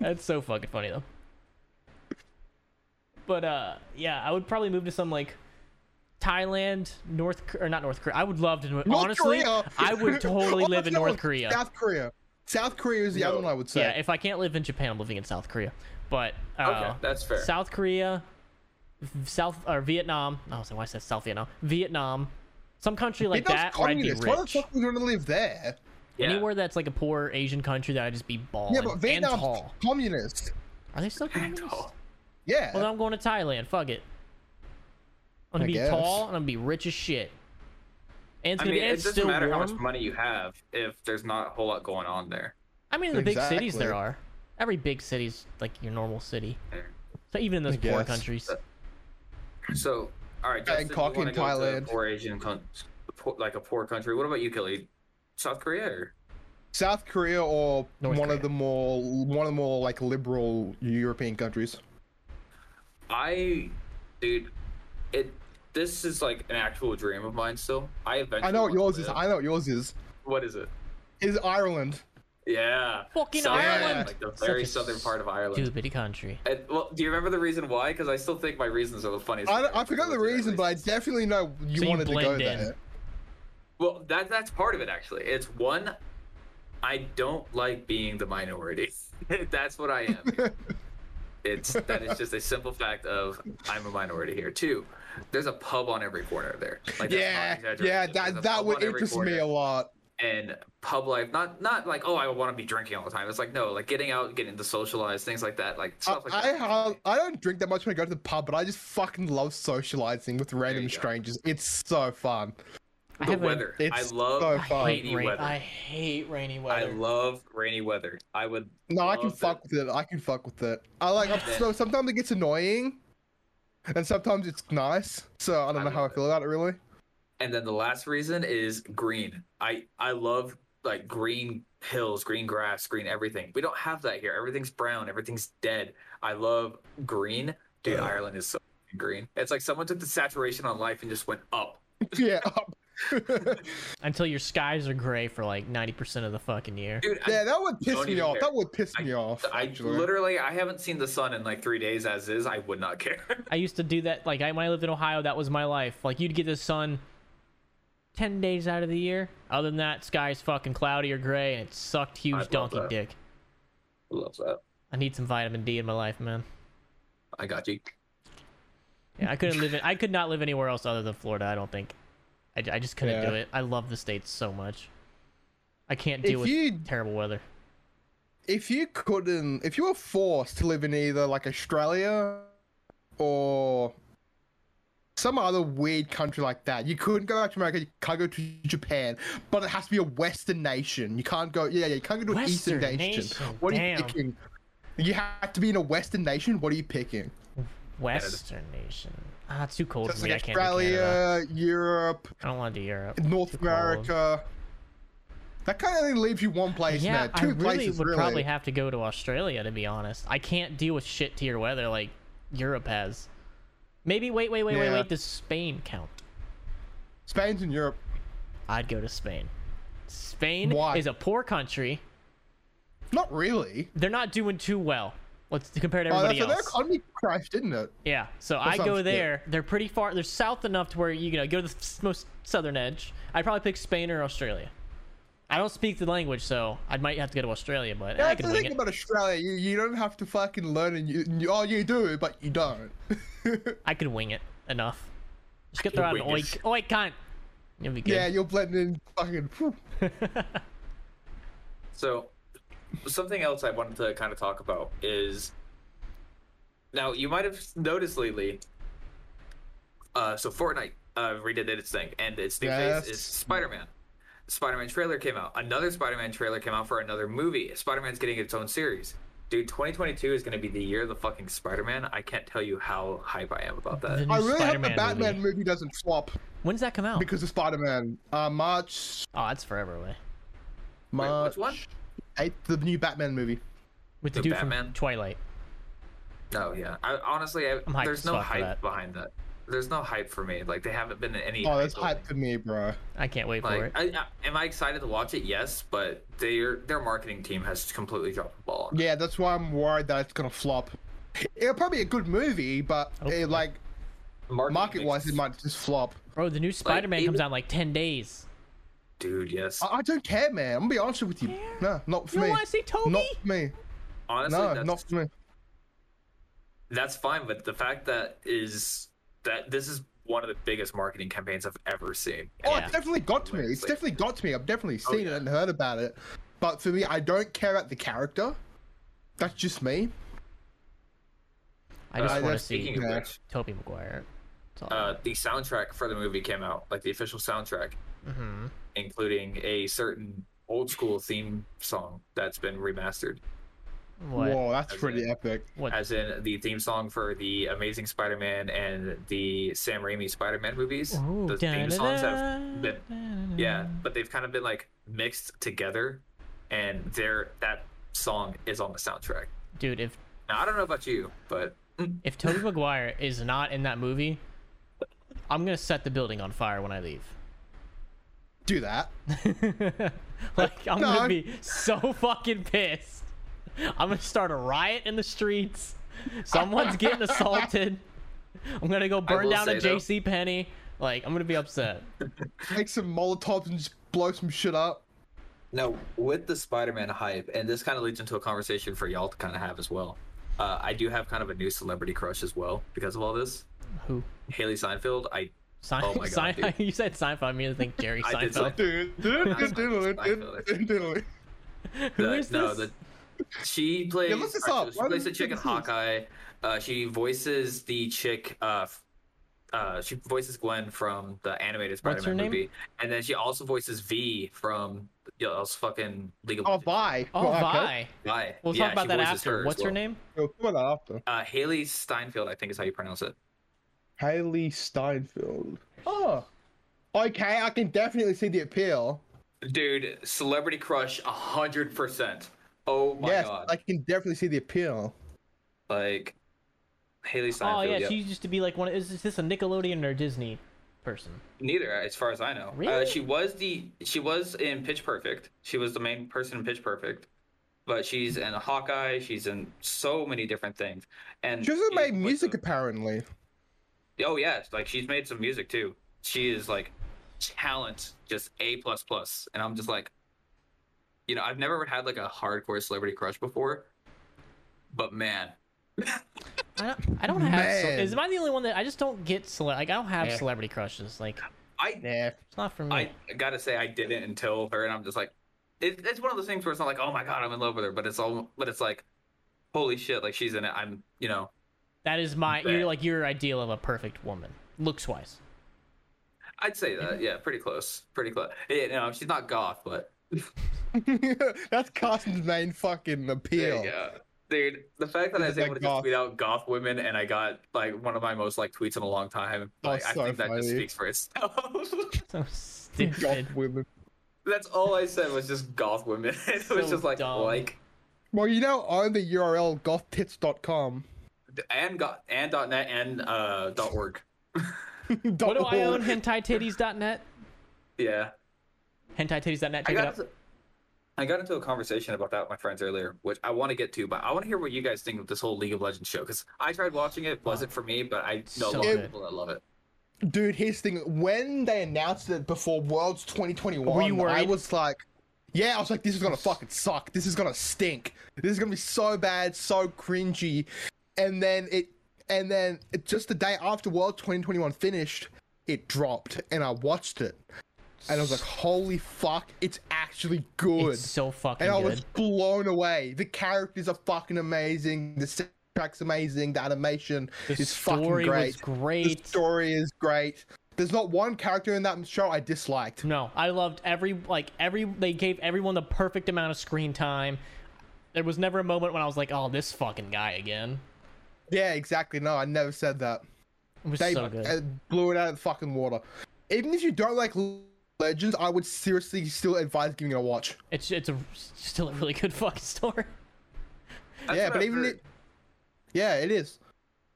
That's so fucking funny though. But uh, yeah, I would probably move to some like Thailand, North K- or not North Korea. I would love to. North honestly, Korea. [LAUGHS] I would totally Oh, live in no, North Korea. South Korea. South Korea is the No. other one I would say. Yeah, if I can't live in Japan, I'm living in South Korea. But uh, Okay, that's fair. South Korea, v- South or Vietnam. I was like, why is that South Vietnam? Vietnam, some country like Vietnam's that. Where I'd be communist. Why the rich. fuck would you want to live there? Yeah. Anywhere that's like a poor Asian country that I'd just be bald Yeah, but Oh, and Vietnam's tall. communist. Are they still communist? Tall. Yeah. Well, then I'm going to Thailand. Fuck it. I'm I gonna be guess. tall and I'm gonna be rich as shit. And it's I gonna mean, be and it it's doesn't still matter how much warm. money you have if there's not a whole lot going on there. I mean, in the big cities Exactly. there are. Every big city's like your normal city. So even in those I poor guess. countries. So, all right, Yeah, Justin, and coffee you in wanna go to a Thailand. poor Asian, con- poor, like a poor country. What about you, Kelly? South Korea? Or? South Korea or North one Korea. of the more one of the more like liberal European countries. I, dude, it. This is like an actual dream of mine. Still, I eventually. I know what wanna yours is. live- I know what yours is. What is it? Is Ireland. Yeah. Fucking Southern, Ireland. like the Such very a southern part of Ireland. Stupid country. And, well, do you remember the reason why? Because I still think my reasons are the funniest. I, thing don't- I I've forgot ever the looked at, at reason, but I least. definitely know you So you wanted to go blend in. there. well, that that's part of it actually. It's one, I don't like being the minority. [LAUGHS] that's what I am. [LAUGHS] here. it's that is just a simple fact of I'm a minority here. Two, there's a pub on every corner there. Like, that's not Yeah, yeah, exaggeration. There's a that that pub would on every interest corner. me a lot. and pub life not not like oh i want to be drinking all the time it's like no like getting out getting to socialize things like that like I, stuff like I that have I don't drink that much when I go to the pub, but I just fucking love socializing with random you go. strangers. It's so fun. I the have a- weather i It's love so fun. I rainy hate, rain, weather I I, hate rainy weather. love rainy weather i would No, I can Loved fuck with it. I can fuck with it. I like I'm- so sometimes it gets annoying, and sometimes it's nice. So I don't I know how I love feel about it [LAUGHS] really. [LAUGHS] and then the last reason is green i i love like green hills green grass green everything we don't have that here everything's brown everything's dead i love green dude Ugh. ireland is so green it's like someone took the saturation on life and just went up yeah. [LAUGHS] up. Until your skies are gray for like 90% of the fucking year. dude I yeah, that would piss don't me even off. care. That would piss me off. I actually. literally I haven't seen the sun in like three days as is. I would not care. [LAUGHS] I used to do that. Like, I, when I lived in Ohio, that was my life. Like, you'd get the sun 10 days out of the year. Other than that, sky's fucking cloudy or gray, and it sucked huge love donkey that. dick. Love that. I need some vitamin D in my life, man. I got you. Yeah, I couldn't live in, I could not live anywhere else other than Florida, I don't think. I, I just couldn't do Yeah. it. I love the States so much. I can't If deal with you- terrible weather. if you couldn't, if you were forced to live in either like Australia or some other weird country like that, you couldn't go back to America. You can't go to Japan, but it has to be a Western nation. You can't go. Yeah, yeah you can't go to an Eastern Western nation. nation, What are damn. you picking? You have to be in a Western nation. What are you picking? Western nation. Ah, it's too cold That's for me. like I can't do Canada. Australia, Europe, I don't want to do Europe. North Too cold. America. That kind of only leaves you one place, Yeah, man. I Two really places, would really. probably have to go to Australia to be honest. I can't deal with shit tier weather like Europe has. Maybe wait, wait, wait, wait, Yeah. wait. Does Spain count? Spain's in Europe. I'd go to Spain. Spain Why? is a poor country. Not really. They're not doing too well. Let's compare to Oh, that's everybody so their else. economy crashed, didn't it? Yeah, so I sounds go good. there. They're pretty far. They're south enough to where you know go to the s- most southern edge. I'd probably pick Spain or Australia. I don't speak the language, so I might have to go to Australia, but I That's can the wing thing it. about Australia. You, you don't have to fucking learn, and you, you oh you do, but you don't. [LAUGHS] I could wing it enough. Just get throw out an can wing oik it. oik cunt. You'll be good. yeah, you're blending in fucking. phew. So something else I wanted to kind of talk about is now you might have noticed lately. Uh, so Fortnite uh, redid its thing, and its new Yes. face is Spider-Man. Spider-Man trailer came out. Another Spider-Man trailer came out for another movie. Spider-Man's getting its own series. Dude, 2022 is going to be the year of the fucking Spider-Man. I can't tell you how hype I am about The that. new I really hope the Spider-Man Batman movie. movie. doesn't flop When's that come out? because of Spider-Man. Uh, March, Oh, that's forever away. Wait, March which one? eighth, the new Batman movie. With the, The dude from Batman? Twilight. No, Oh, yeah. I, honestly, I, I'm hyped as there's no fuck for hype that. behind that. There's no hype for me. Like they haven't been in any. Oh, that's building. hype for me, bro. I can't wait for it. Like, I, I, am I excited to watch it? Yes, but their their marketing team has completely dropped the ball. on it. Yeah, that's why I'm worried that it's gonna flop. It'll probably be a good movie, but Hopefully. it, like Marketing market-wise, makes- it might just flop. Bro, the new Spider-Man comes even- out in like 10 days. dude, yes. I, I don't care, man. I'm gonna be honest with you. No, not for You me. want to see Toby? Not for me. Honestly, no, that's, not for me. that's fine. But the fact that is that this is one of the biggest marketing campaigns I've ever seen. Oh, Yeah. it's definitely got to me. It's Like- definitely got to me. I've definitely Oh, seen yeah. it and heard about it. But for me, I don't care about the character. That's just me. I just Uh, want to that's- see Speaking of Yeah. which, Toby Maguire. That's all. uh, the soundtrack for the movie came out, like the official soundtrack, hmm including a certain old school theme song that's been remastered, What? Whoa, that's Okay. pretty epic. What? as in the theme song for the Amazing Spider-Man and the Sam Raimi Spider-Man movies. Ooh, the theme songs have da-da-da, been, yeah, da-da-da. but they've kind of been like mixed together, and there that song is on the soundtrack. Dude, if Now I don't know about you, but if Toby Maguire is not in that movie, I'm gonna set the building on fire when I leave. Do that. [LAUGHS] like I'm No. gonna be so fucking pissed. I'm gonna start a riot in the streets. Someone's getting assaulted. I'm gonna go burn will down a say, though- JC Penney. Like I'm gonna be upset. Make some molotovs and just blow some shit up. Now, with the Spider-Man hype, and this kind of leads into a conversation for y'all to kind of have as well. Uh, I do have kind of a new celebrity crush as well because of all this. Who? Haley Seinfeld. I Sein- [LAUGHS] Oh my God, Sein- dude. you said Seinfeld. I mean, I think Jerry I did Seinfeld. [LAUGHS] Dude, dude, dude, dude, dude, dude, dude. [LAUGHS] Who the- is no, this? the- she plays. look this alright, up. so Why She don't plays the you chick in think this is? Hawkeye. Uh, she voices the chick. Uh, f- uh, she voices Gwen from the animated What's her Spider-Man name? movie, and then she also voices V from you know, those fucking League of Oh, Legends. bye. Oh, Well, okay. bye. Vi. We'll Yeah, talk about she that voices after. as What's her well. name? We'll put that after. Uh, Haley Steinfeld, I think is how you pronounce it. Haley Steinfeld. Oh. Okay, I can definitely see the appeal. Dude, celebrity crush, a hundred percent. Oh my yes, god! I Like, can definitely see the appeal. Haley Oh Steinfeld. yeah, yep. she used to be like one. Of, is this a Nickelodeon or Disney person? neither, as far as I know. Uh, Really? she was the she was in Pitch Perfect. She was the main person in Pitch Perfect, but she's in Hawkeye. She's in so many different things. And She also she's made with music, the- apparently. oh yes, like she's made some music too. She is like talent, just a plus plus. And I'm just like, you know, I've never had like a hardcore celebrity crush before, but man, I don't, I don't have. Ce- Man. is am I the only one that I just don't get? Cele- like I don't have Eh. celebrity crushes. Like I Nah. it's not for me. I Mm-hmm. gotta say I didn't until her, and I'm just like, it, it's one of those things where it's not like, oh my god, I'm in love with her, but it's all, but it's like, holy shit, like she's in it. I'm, you know, that is my. Bet. You're like your ideal of a perfect woman, looks wise. I'd say Mm-hmm. that, yeah, pretty close, pretty close. Yeah, no, she's not goth, but [LAUGHS] That's Carson's main fucking there appeal. you go. Dude, the fact that I was Like able to goth. just tweet out goth women and I got like one of my most like tweets in a long time, Oh, like, I so think that just funny. speaks for itself. [LAUGHS] [LAUGHS] So [LAUGHS] stupid. God, women. That's all I said was just goth women. [LAUGHS] it was So just like dumb. like Well, you now own the URL gothtits.com. and got and dot net and uh dot org. [LAUGHS] what [LAUGHS] do I own? HentaiTitties.net. Yeah. HentaiTitties.net. I Check it got, out. into, I got into a conversation about that with my friends earlier, which I want to get to, but I want to hear what you guys think of this whole League of Legends show because I tried watching it, it wasn't for me, but I know a So lot of good. people that love it. Dude, here's the thing. When they announced it before Worlds 2021, Were you I worried? was like, yeah, I was like, this is gonna fucking suck. This is gonna stink. This is gonna be so bad, so cringy. And then it, and then it, just the day after World 2021 finished, it dropped, and I watched it, and I was like, holy fuck, it's actually good. It's so fucking and I good. was blown away. The characters are fucking amazing. The soundtrack's amazing. The animation the is story fucking great. was great. The story is great. There's not one character in that show I disliked. No, I loved every like every they gave everyone the perfect amount of screen time. There was never a moment when I was like, "Oh, this fucking guy again." Yeah, exactly. No, I never said that. It was They so good. uh, blew it out of the fucking water. Even if you don't like L- Legends, I would seriously still advise giving it a watch. it's it's a, still a really good fucking [LAUGHS] story. That's yeah, what but I've even heard. it, yeah, it is.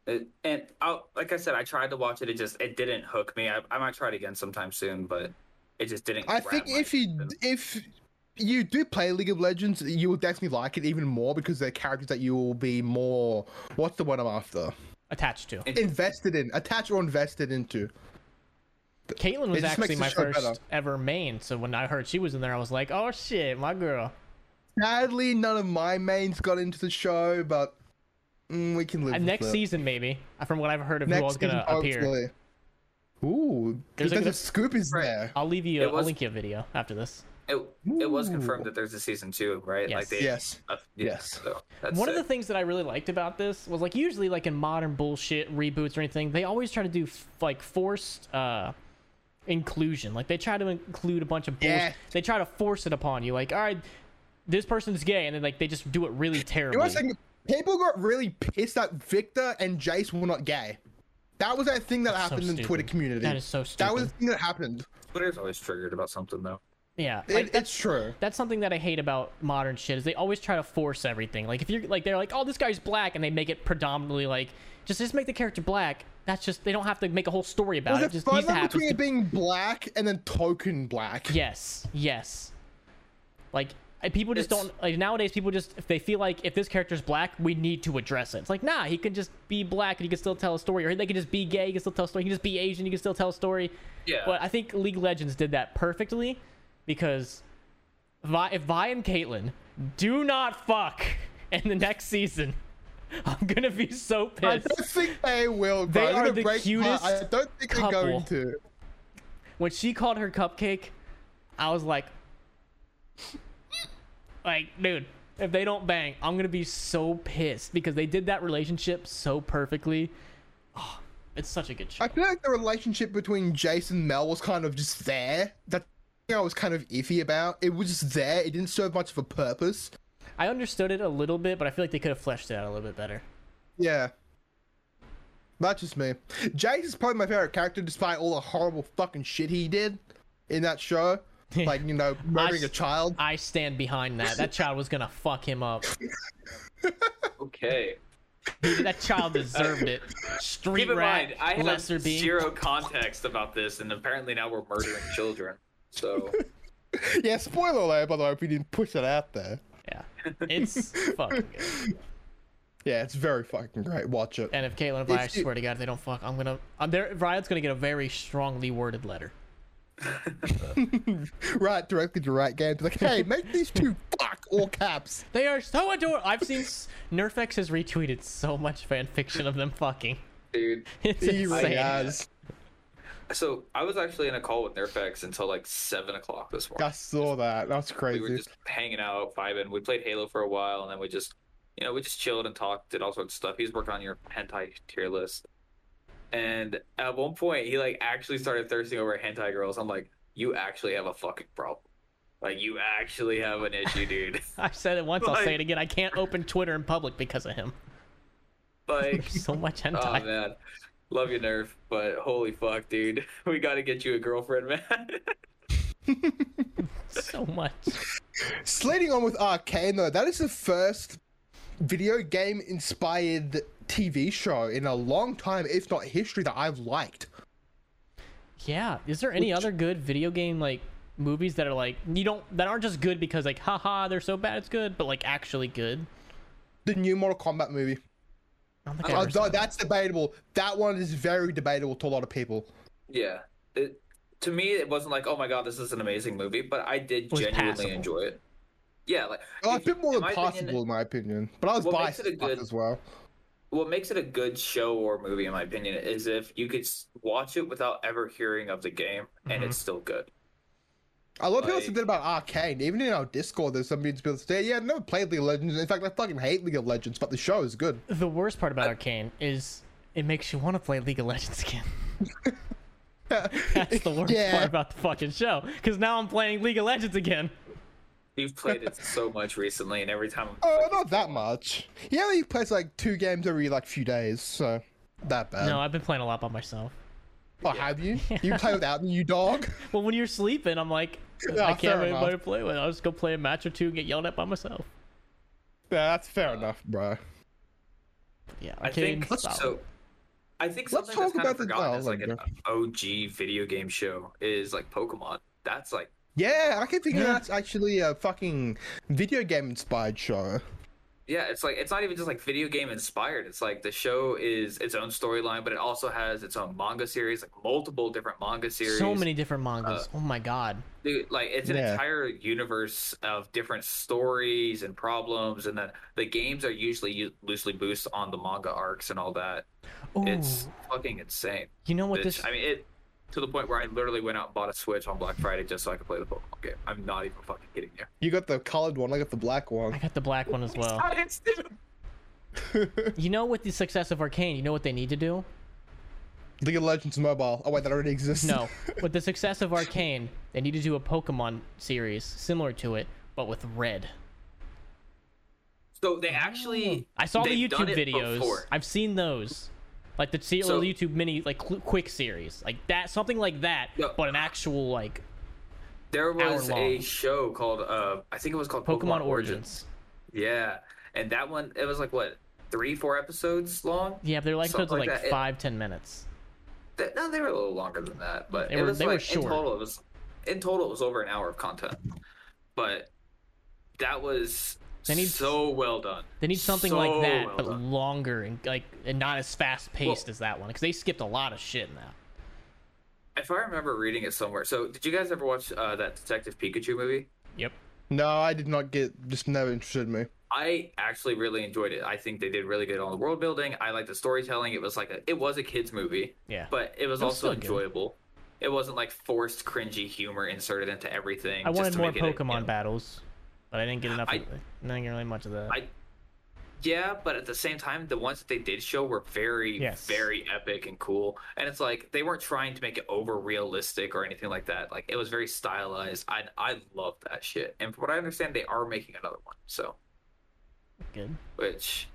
It- and I, like I said, I tried to watch it. It just it didn't hook me. I, I might try it again sometime soon, but it just didn't. I grab think my if you attention. if you do play League of Legends, you will definitely like it even more because they're characters that you will be more. What's the one I'm after? Attached to. Invested in, attached or invested into. Caitlyn was just actually makes the my show first better. ever main, so when I heard she was in there, I was like, "Oh shit, my girl." Sadly, none of my mains got into the show, but mm, we can live. Uh, with next it. season, maybe from what I've heard of next who all's gonna season, appear. hopefully. Ooh, There's there's, like a a- scoop is [LAUGHS] Right. there. I'll leave you. It I'll was- link you a video after this. It, it was Ooh. confirmed that there's a season two, right? Yes. Like they, Yes. uh, yeah, Yes. So that's One of it. the things that I really liked about this was like usually like in modern bullshit reboots or anything, they always try to do f- like forced uh inclusion. Like they try to include a bunch of bullshit. Yeah. They try to force it upon you. Like, all right, this person's gay, and then like they just do it really You know terribly. what I'm saying? People got really pissed that Victor and Jace were not gay. That was that thing that That's so happened in the Twitter stupid. community. That is so That was the stupid. thing that happened. Twitter's always triggered about something though. yeah, It, like, that's it's true. that's something that I hate about modern shit is they always try to force everything. Like if you're like they're like, oh, this guy's black, and they make it predominantly like just just make the character black. That's just they don't have to make a whole story about it. it There's a just fine needs to line happen. between it being black and then token black. Yes, yes. Like uh, people just It's- don't like nowadays. People just if they feel like if this character's black, we need to address it. It's like nah, he can just be black and he can still tell a story, or they can just be gay, he can still tell a story. He can just be Asian, he can still tell a story. Yeah. But I think League of Legends did that perfectly because Vi, if Vi and Caitlyn do not fuck in the next season, [LAUGHS] I'm gonna be so I pissed. don't think they will, bro. They I'm are gonna the break my- I cutest don't think they're couple. going to. when she called her cupcake, I was like, like, dude, if they don't bang, I'm gonna be so pissed because they did that relationship so perfectly. Ah, it's such a good show. I feel like the relationship between Jace and Mel was kind of just there. That thing I was kind of iffy about. It was just there. It didn't serve much of a purpose. I understood it a little bit, but I feel like they could have fleshed it out a little bit better. Yeah. That's just me. Jace is probably my favorite character, despite all the horrible fucking shit he did in [LAUGHS] that show. Like, you know, murdering a s- child. I stand behind that. That child was gonna fuck him up. Okay. That child deserved it. Street Keep in rat, mind, I have lesser being. zero context about this, and apparently now we're murdering children. [LAUGHS] So Yeah, spoiler alert, by the way, if we didn't push that out there. Yeah, it's fucking good. Yeah, it's very fucking great. Watch it. And if Caitlyn and Vi, I If you- swear to God, if they don't fuck, I'm gonna. I'm there. Riot's gonna get a very strongly worded letter. Right directly to right games. [LAUGHS] Like, hey, make these two fuck all caps. They are so adorable. I've seen s- Nerfx has retweeted so much fan fiction of them fucking. [LAUGHS] dude. It's He really insane. has. So I was actually in a call with Nerfx until like seven o'clock this morning. I saw that. That's we crazy. were just hanging out, vibing. We played Halo for a while, and then we just, you know, we just chilled and talked, did all sorts of stuff. He was working on your hentai tier list, and at one point, he like actually started thirsting over hentai girls. I'm like, you actually have a fucking problem. Like, you actually have an issue, dude. [LAUGHS] I said it once. I'll say Like- it again. I can't open Twitter in public because of him. like, There's so much hentai. [LAUGHS] oh man, love you, Nerf, but holy fuck, dude, [LAUGHS] we got to get you a girlfriend, man. [LAUGHS] So much. Slating on with Arcane though, that is the first video game inspired TV show in a long time, if not history, that I've liked. Yeah. Is there any Which- other good video game like movies that are like you don't that aren't just good because like haha they're so bad it's good but like actually good. The new Mortal Kombat movie. I don't think I Uh, ever saw though that's debatable. That one is very debatable to a lot of people. yeah. It, to me, it wasn't like, oh my god, this is an amazing movie, but I did was genuinely passable. enjoy it. Yeah, like Oh, if- it's a bit more than in my possible, opinion, in my opinion. But I was What biased makes it a as fuck good- as well. what makes it a good show or movie in my opinion is if you could s- watch it without ever hearing of the game and it's still good A lot of people like- said that about Arcane. Even in our Discord, there's some people say, "Yeah, I've never played League of Legends. In fact, I fucking hate League of Legends, but the show is good." The worst part about Arcane is it makes you want to play League of Legends [LAUGHS] again. [LAUGHS] That's the worst Yeah. part about the fucking show. Because now I'm playing League of Legends again. you've played it so much recently and every time Oh, not that much. He only plays like two games every like few days, so that bad. No, I've been playing a lot by myself. Oh, have [LAUGHS] you? You play without me, you dog? Well, when you're sleeping, I'm [LAUGHS] like, Yeah, I can't Oh, fair have anybody enough. to play with. I'll just go play a match or two and get yelled at by myself. Yeah, that's fair enough, bro. Yeah, i think Arcane's solid. so i think Let's something talk that's kind of about the- forgotten oh, is like an okay. og video game show is like pokemon that's like Yeah, I keep thinking Yeah. that's actually a fucking video game inspired show. yeah, it's like it's not even just like video game inspired. It's like the show is its own storyline, but it also has its own manga series, like multiple different manga series. So many different mangas. oh my god. Dude, like it's an Yeah. entire universe of different stories and problems, and then the games are usually u- loosely based on the manga arcs and all that. Ooh, It's fucking insane. you know what Bitch. this? I mean, it to the point where I literally went out and bought a Switch on Black Friday just so I could play the Pokemon game. I'm not even fucking kidding you. You got the colored one. I got the black I one. got the black one as well. Science, dude. You know, with the success of Arcane, you know what they need to do? [LAUGHS] League of Legends Mobile. Oh wait, that already exists. [LAUGHS] No, with the success of Arcane, they need to do a Pokemon series similar to it, but with red. So they actually. Oh. I saw the they've done YouTube it videos. before. I've seen those, like the se- So- little YouTube mini, like cl- quick series, like that, something like that, Yeah. but an actual like There was a hour-long. show called, uh, I think it was called Pokemon, Origins. Pokemon, Origins. Yeah, and that one it was like what three, four episodes long. Yeah, but they're like Something episodes of like like that. It- five, ten minutes. Th- no, they were a little longer than that, but They it were- was they were like in short. total it was in total it was over an hour of content. But that was They need- so well done. They need something So like that, well but done. longer and like and not as fast paced Well- as that one because they skipped a lot of shit in that. If I remember reading it somewhere, so did you guys ever watch uh, that Detective Pikachu movie? Yep. No, I did not get. Just never interested me. I actually really enjoyed it. I think they did really good on the world building. I like the storytelling. It was like a, it was a kids movie, Yeah. but it was, It was also still good. enjoyable. It wasn't like forced cringy humor inserted into everything. I just wanted to more make it a- you Pokemon know, battles, but I didn't get enough. I- of, I didn't get really much of that. I- Yeah, but at the same time, the ones that they did show were very, Yes. very epic and cool. And it's like they weren't trying to make it over realistic or anything like that. Like it was very stylized. I I love that shit. And from what I understand, they are making another one. So, Good. which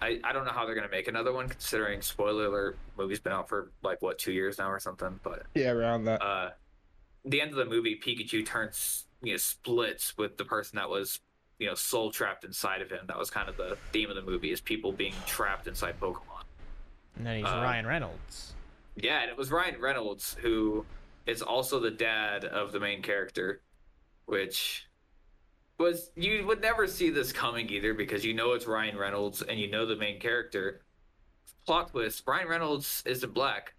I I don't know how they're gonna make another one, considering spoiler alert, movie's been out for like what two years now or something. But Yeah, around that. uh, the end of the movie, Pikachu turns, you know, splits with the person that was, you know, soul trapped inside of him. That was kind of the theme of the movie is people being trapped inside Pokemon. And then he's Uh, Ryan Reynolds. Yeah, and it was Ryan Reynolds who is also the dad of the main character, which was you would never see this coming either because you know it's Ryan Reynolds and you know the main character. Plot twist: Ryan Reynolds isn't black.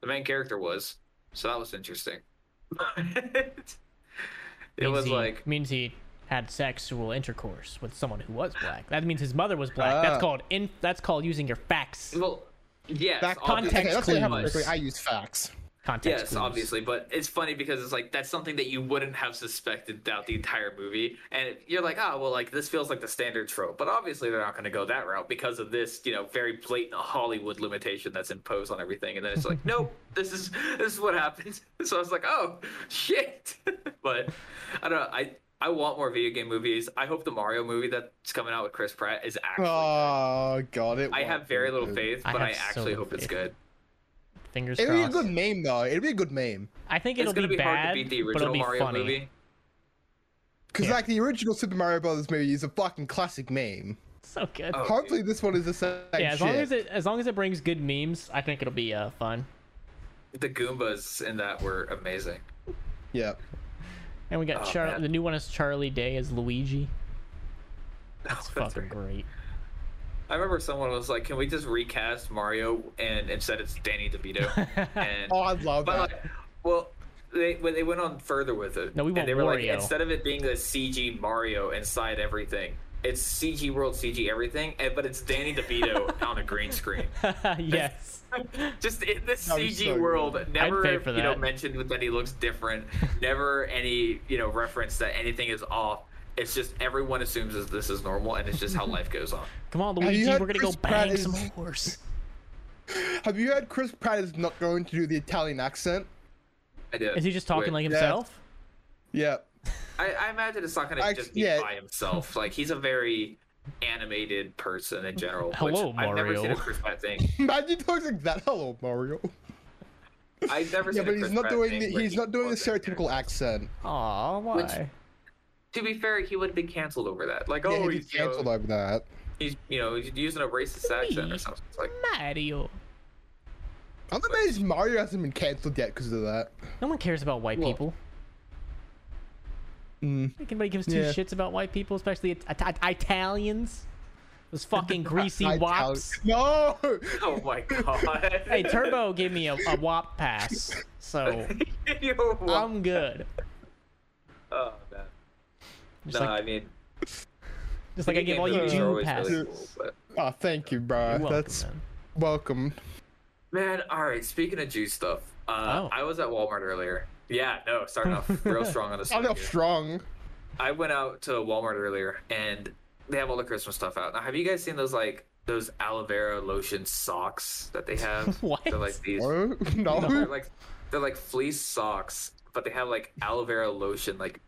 The main character was, so that was interesting. [LAUGHS] it Means was he- like means he had sexual intercourse with someone who was black. That means his mother was black. that's Ah. called in. That's called using your facts. well, yes, Back obviously. context okay, let's see how clues. quickly I use facts. Context. Yes, clues. obviously, but it's funny because it's like that's something that you wouldn't have suspected throughout the entire movie, and you're like, ah, well, like this feels like the standard trope, but obviously they're not going to go that route because of this, you know, very blatant Hollywood limitation that's imposed on everything, and then it's like, nope, [LAUGHS] this is this is what happens. [LAUGHS] So I was like, oh shit, [LAUGHS] but I don't know, I. I want more video game movies. I hope the Mario movie that's coming out with Chris Pratt is actually. Oh god, it. I won't have very be little good. faith, I but I, have so actually little hope it's faith. good. Fingers It'd be a crossed. good meme though. It'd be a good meme I think It's it'll going to be, be hard bad, to beat the but it'll original be Mario funny. movie. because Yeah. like the original Super Mario Brothers movie is a fucking classic meme. [LAUGHS] So good. [LAUGHS] Oh, Hopefully this one is the same. yeah, as shit. long as it as long as it brings good memes, I think it'll be uh, fun. The Goombas in that were amazing. [LAUGHS] Yeah. And we got Oh, Char- man. the new one is Charlie Day as Luigi. That's That's fucking great. I remember someone was like, "Can we just recast Mario and instead it's [LAUGHS] Danny DeVito?" And Oh, I love but that. like, well, they when they went on further with it. No, we want and they were like, Wario. instead of it being the CG Mario inside everything, it's CG World, CG everything, and, but it's [LAUGHS] Danny DeVito on a green screen. yes. Just in this That was CG so world, good. never pay for you know that. mentioned that he looks [LAUGHS] different. never any you know reference that anything is off. It's just everyone assumes that this is normal, and it's just how life goes on. Come on, you Luigi. We're heard gonna Chris go Pratt bang is- some horse. Have you heard Chris Pratt is not going to do the Italian accent? I did. Is he just talking Wait. like himself? Yeah. [LAUGHS] I, I imagine it's not going to I- just be yeah. by himself. Like he's a very animated person in general. Hello, which I've never Mario. seen a Chris Pratt [LAUGHS] thing. Imagine talking like that. Hello, Mario. I've never Yeah, seen. a but he's Chris not Pratt doing. thing The, where he's he not doing the wasn't. stereotypical accent. Aw, why? Which- To be fair, he would have been canceled over that. Like, Yeah, oh, he's he's you, cancelled know, over that. he's you know he's using a racist accent or something. It's like Mario. I'm amazed Mario hasn't been cancelled yet because of that. No one cares about white Well- people. Mm. Think anybody gives two Yeah. shits about white people, especially it- It- Italians? Those [LAUGHS] fucking greasy I- I- wops. No. Oh my [LAUGHS] god. Hey, Turbo gave me a, a wop pass, [LAUGHS] so You're one. I'm good. Oh man. Just no, like- I mean, Just like I video give all game you movies are Jew always passes. really cool, but- Oh, thank you, bro. You're welcome, That's [LAUGHS] man. welcome. Man, all right. Speaking of juice stuff, uh, Oh. I was at Walmart earlier. Yeah, no, starting off [LAUGHS] real strong on this. Oh, I'm one not here. strong. I went out to Walmart earlier, and they have all the Christmas stuff out. Now, have you guys seen those like those aloe vera lotion socks that [LAUGHS] they have? What? They're like [LAUGHS] these. What? No. They're like they're like fleece socks, but they have like aloe vera lotion like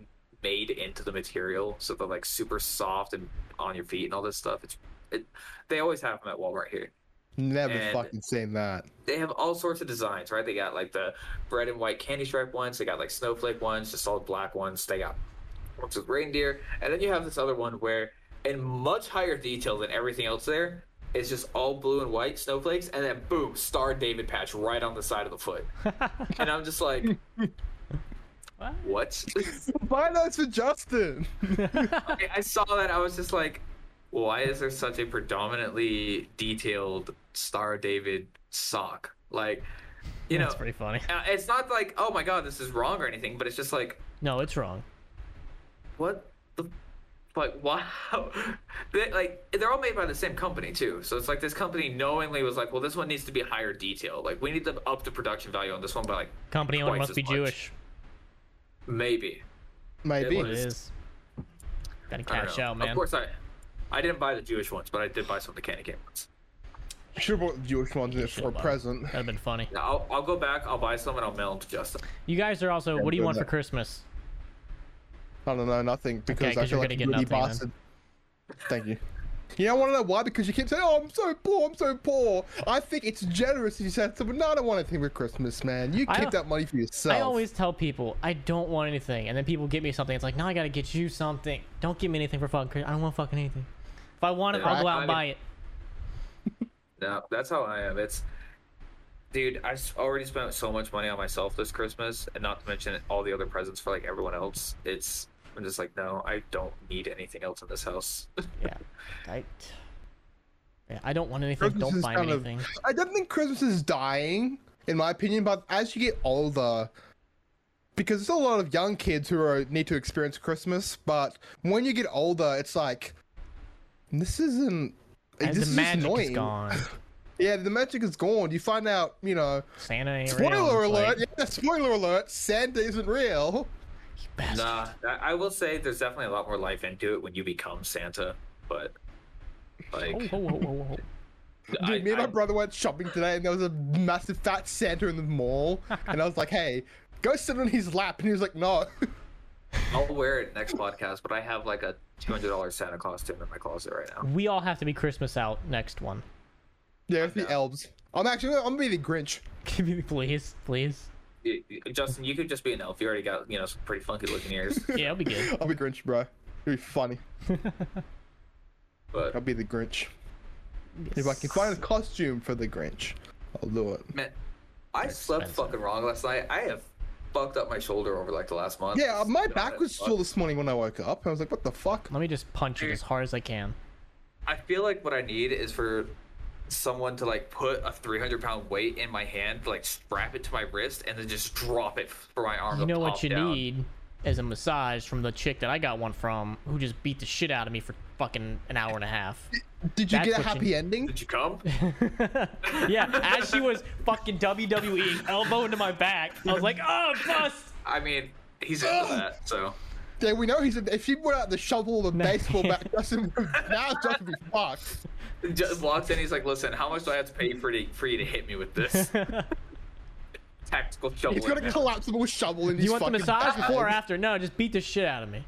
made into the material, so they're like super soft and on your feet and all this stuff. It's it, they always have them at Walmart here. Never And- fucking seen that. They have all sorts of designs, right? They got like the red and white candy stripe ones. They got like snowflake ones, just all black ones. They got ones with reindeer, and then you have this other one where, in much higher detail than everything else there, it's just all blue and white snowflakes, and then boom, star David patch right on the side of the foot. and I'm just like, What? what? [LAUGHS] Buy those for Justin. I- I saw that. I was just like, why is there such a predominantly detailed Star David sock? Like, you know, That's pretty funny. uh, it's not like, oh my god, this is wrong or anything, but it's just like, No, it's wrong. what the. Like [LAUGHS] wow, they, like they're all made by the same company too. So it's like this company knowingly was like, well, this one needs to be higher detail. Like we need to up the production value on this one by like Company owner Twice must as be much. Jewish. maybe [LAUGHS] Maybe. It It was- is. Gotta I don't cash know. out, man. Of course, I I didn't buy the Jewish ones, but I did buy some of the candy cane ones. Should have bought the Jewish ones in it for a Should've bought it. present. That'd have been funny. Now, I'll, I'll go back. I'll buy some and I'll mail them to Justin. You guys are also. What do you good want for luck. Christmas? I don't know nothing because 'cause I feel you're like gonna a get greedy nothing, bastard. Thank you. You don't want to know why? Because you keep saying, "Oh, I'm so poor, I'm so poor." I think it's generous if you said something. No, I don't want anything for Christmas, man. You I keep al- that money for yourself. I always tell people I don't want anything, and then people get me something. It's like, now I gotta get you something. Don't give me anything for fucking Christmas. I don't want fucking anything. If I want it, Yeah, I'll go I- out and I buy mean- it. No, that's how I am. It's, dude, I s- already spent so much money on myself this Christmas, and not to mention all the other presents for like everyone else. It's, I'm just like, no, I don't need anything else in this house. [LAUGHS] Yeah. I, yeah, I don't want anything. Christmas don't is buy kind me of- anything. [LAUGHS] I don't think Christmas is dying, in my opinion. But as you get older, because there's a lot of young kids who are, need to experience Christmas, but when you get older, it's like this isn't. And this the magic is annoying. is [LAUGHS] gone. Yeah, the magic is gone. You find out, you know. Santa ain't real. Spoiler It's alert! like, yeah, spoiler alert! Santa isn't real. "You bastard." nah, I, I will say there's definitely a lot more life into it when you become Santa, but like, Oh, whoa, whoa, whoa, whoa. oh, Dude, I- me and my I- brother went shopping today, and there was a massive fat Santa in [LAUGHS] the mall. and I was like, "Hey, go sit on his lap," and he was like, "No." [LAUGHS] I'll wear it next podcast, but I have like a $200 Santa costume in my closet right now. We all have to be Christmas out next one. [LAUGHS] yeah, it's the elves. I'm actually, I'm gonna be the Grinch. Give me, please, please. Y- y- Justin, you could just be an elf. You already got, you know, some pretty funky looking ears. Yeah, it'll be good. I'll be Grinch, bro. It'll be funny. But I'll be the Grinch. If I can find a costume for the Grinch, I'll do it. Man, I slept expensive. fucking wrong last night. I have fucked up my shoulder over like the last month. Yeah, uh, my God, back was fuck. sore this morning when I woke up. I was like, "What the fuck?" Let me just punch it as hard as I can. I feel like what I need is for someone to like put a 300 pound weight in my hand, like strap it to my wrist, and then just drop it for my arm. You to know what pop you down. need is a massage from the chick that I got one from who just beat the shit out of me for fucking an hour and a half. Did you That's get a what you happy need. ending? Did you come? [LAUGHS] yeah, as she was fucking WWE elbow into my back, I was like, oh, [LAUGHS] bust! I mean, he's into that, so. Yeah, we know he's. A, if he brought out the shovel of the [LAUGHS] baseball bat, Justin, would- now Justin would be fucked. Just walks in. He's like, "Listen, how much do I have to pay for to, for you to hit me [LAUGHS] with this tactical shovel?" He's got a collapsible shovel in his You want the fucking massage bag. before or after? No, just beat the shit out of me.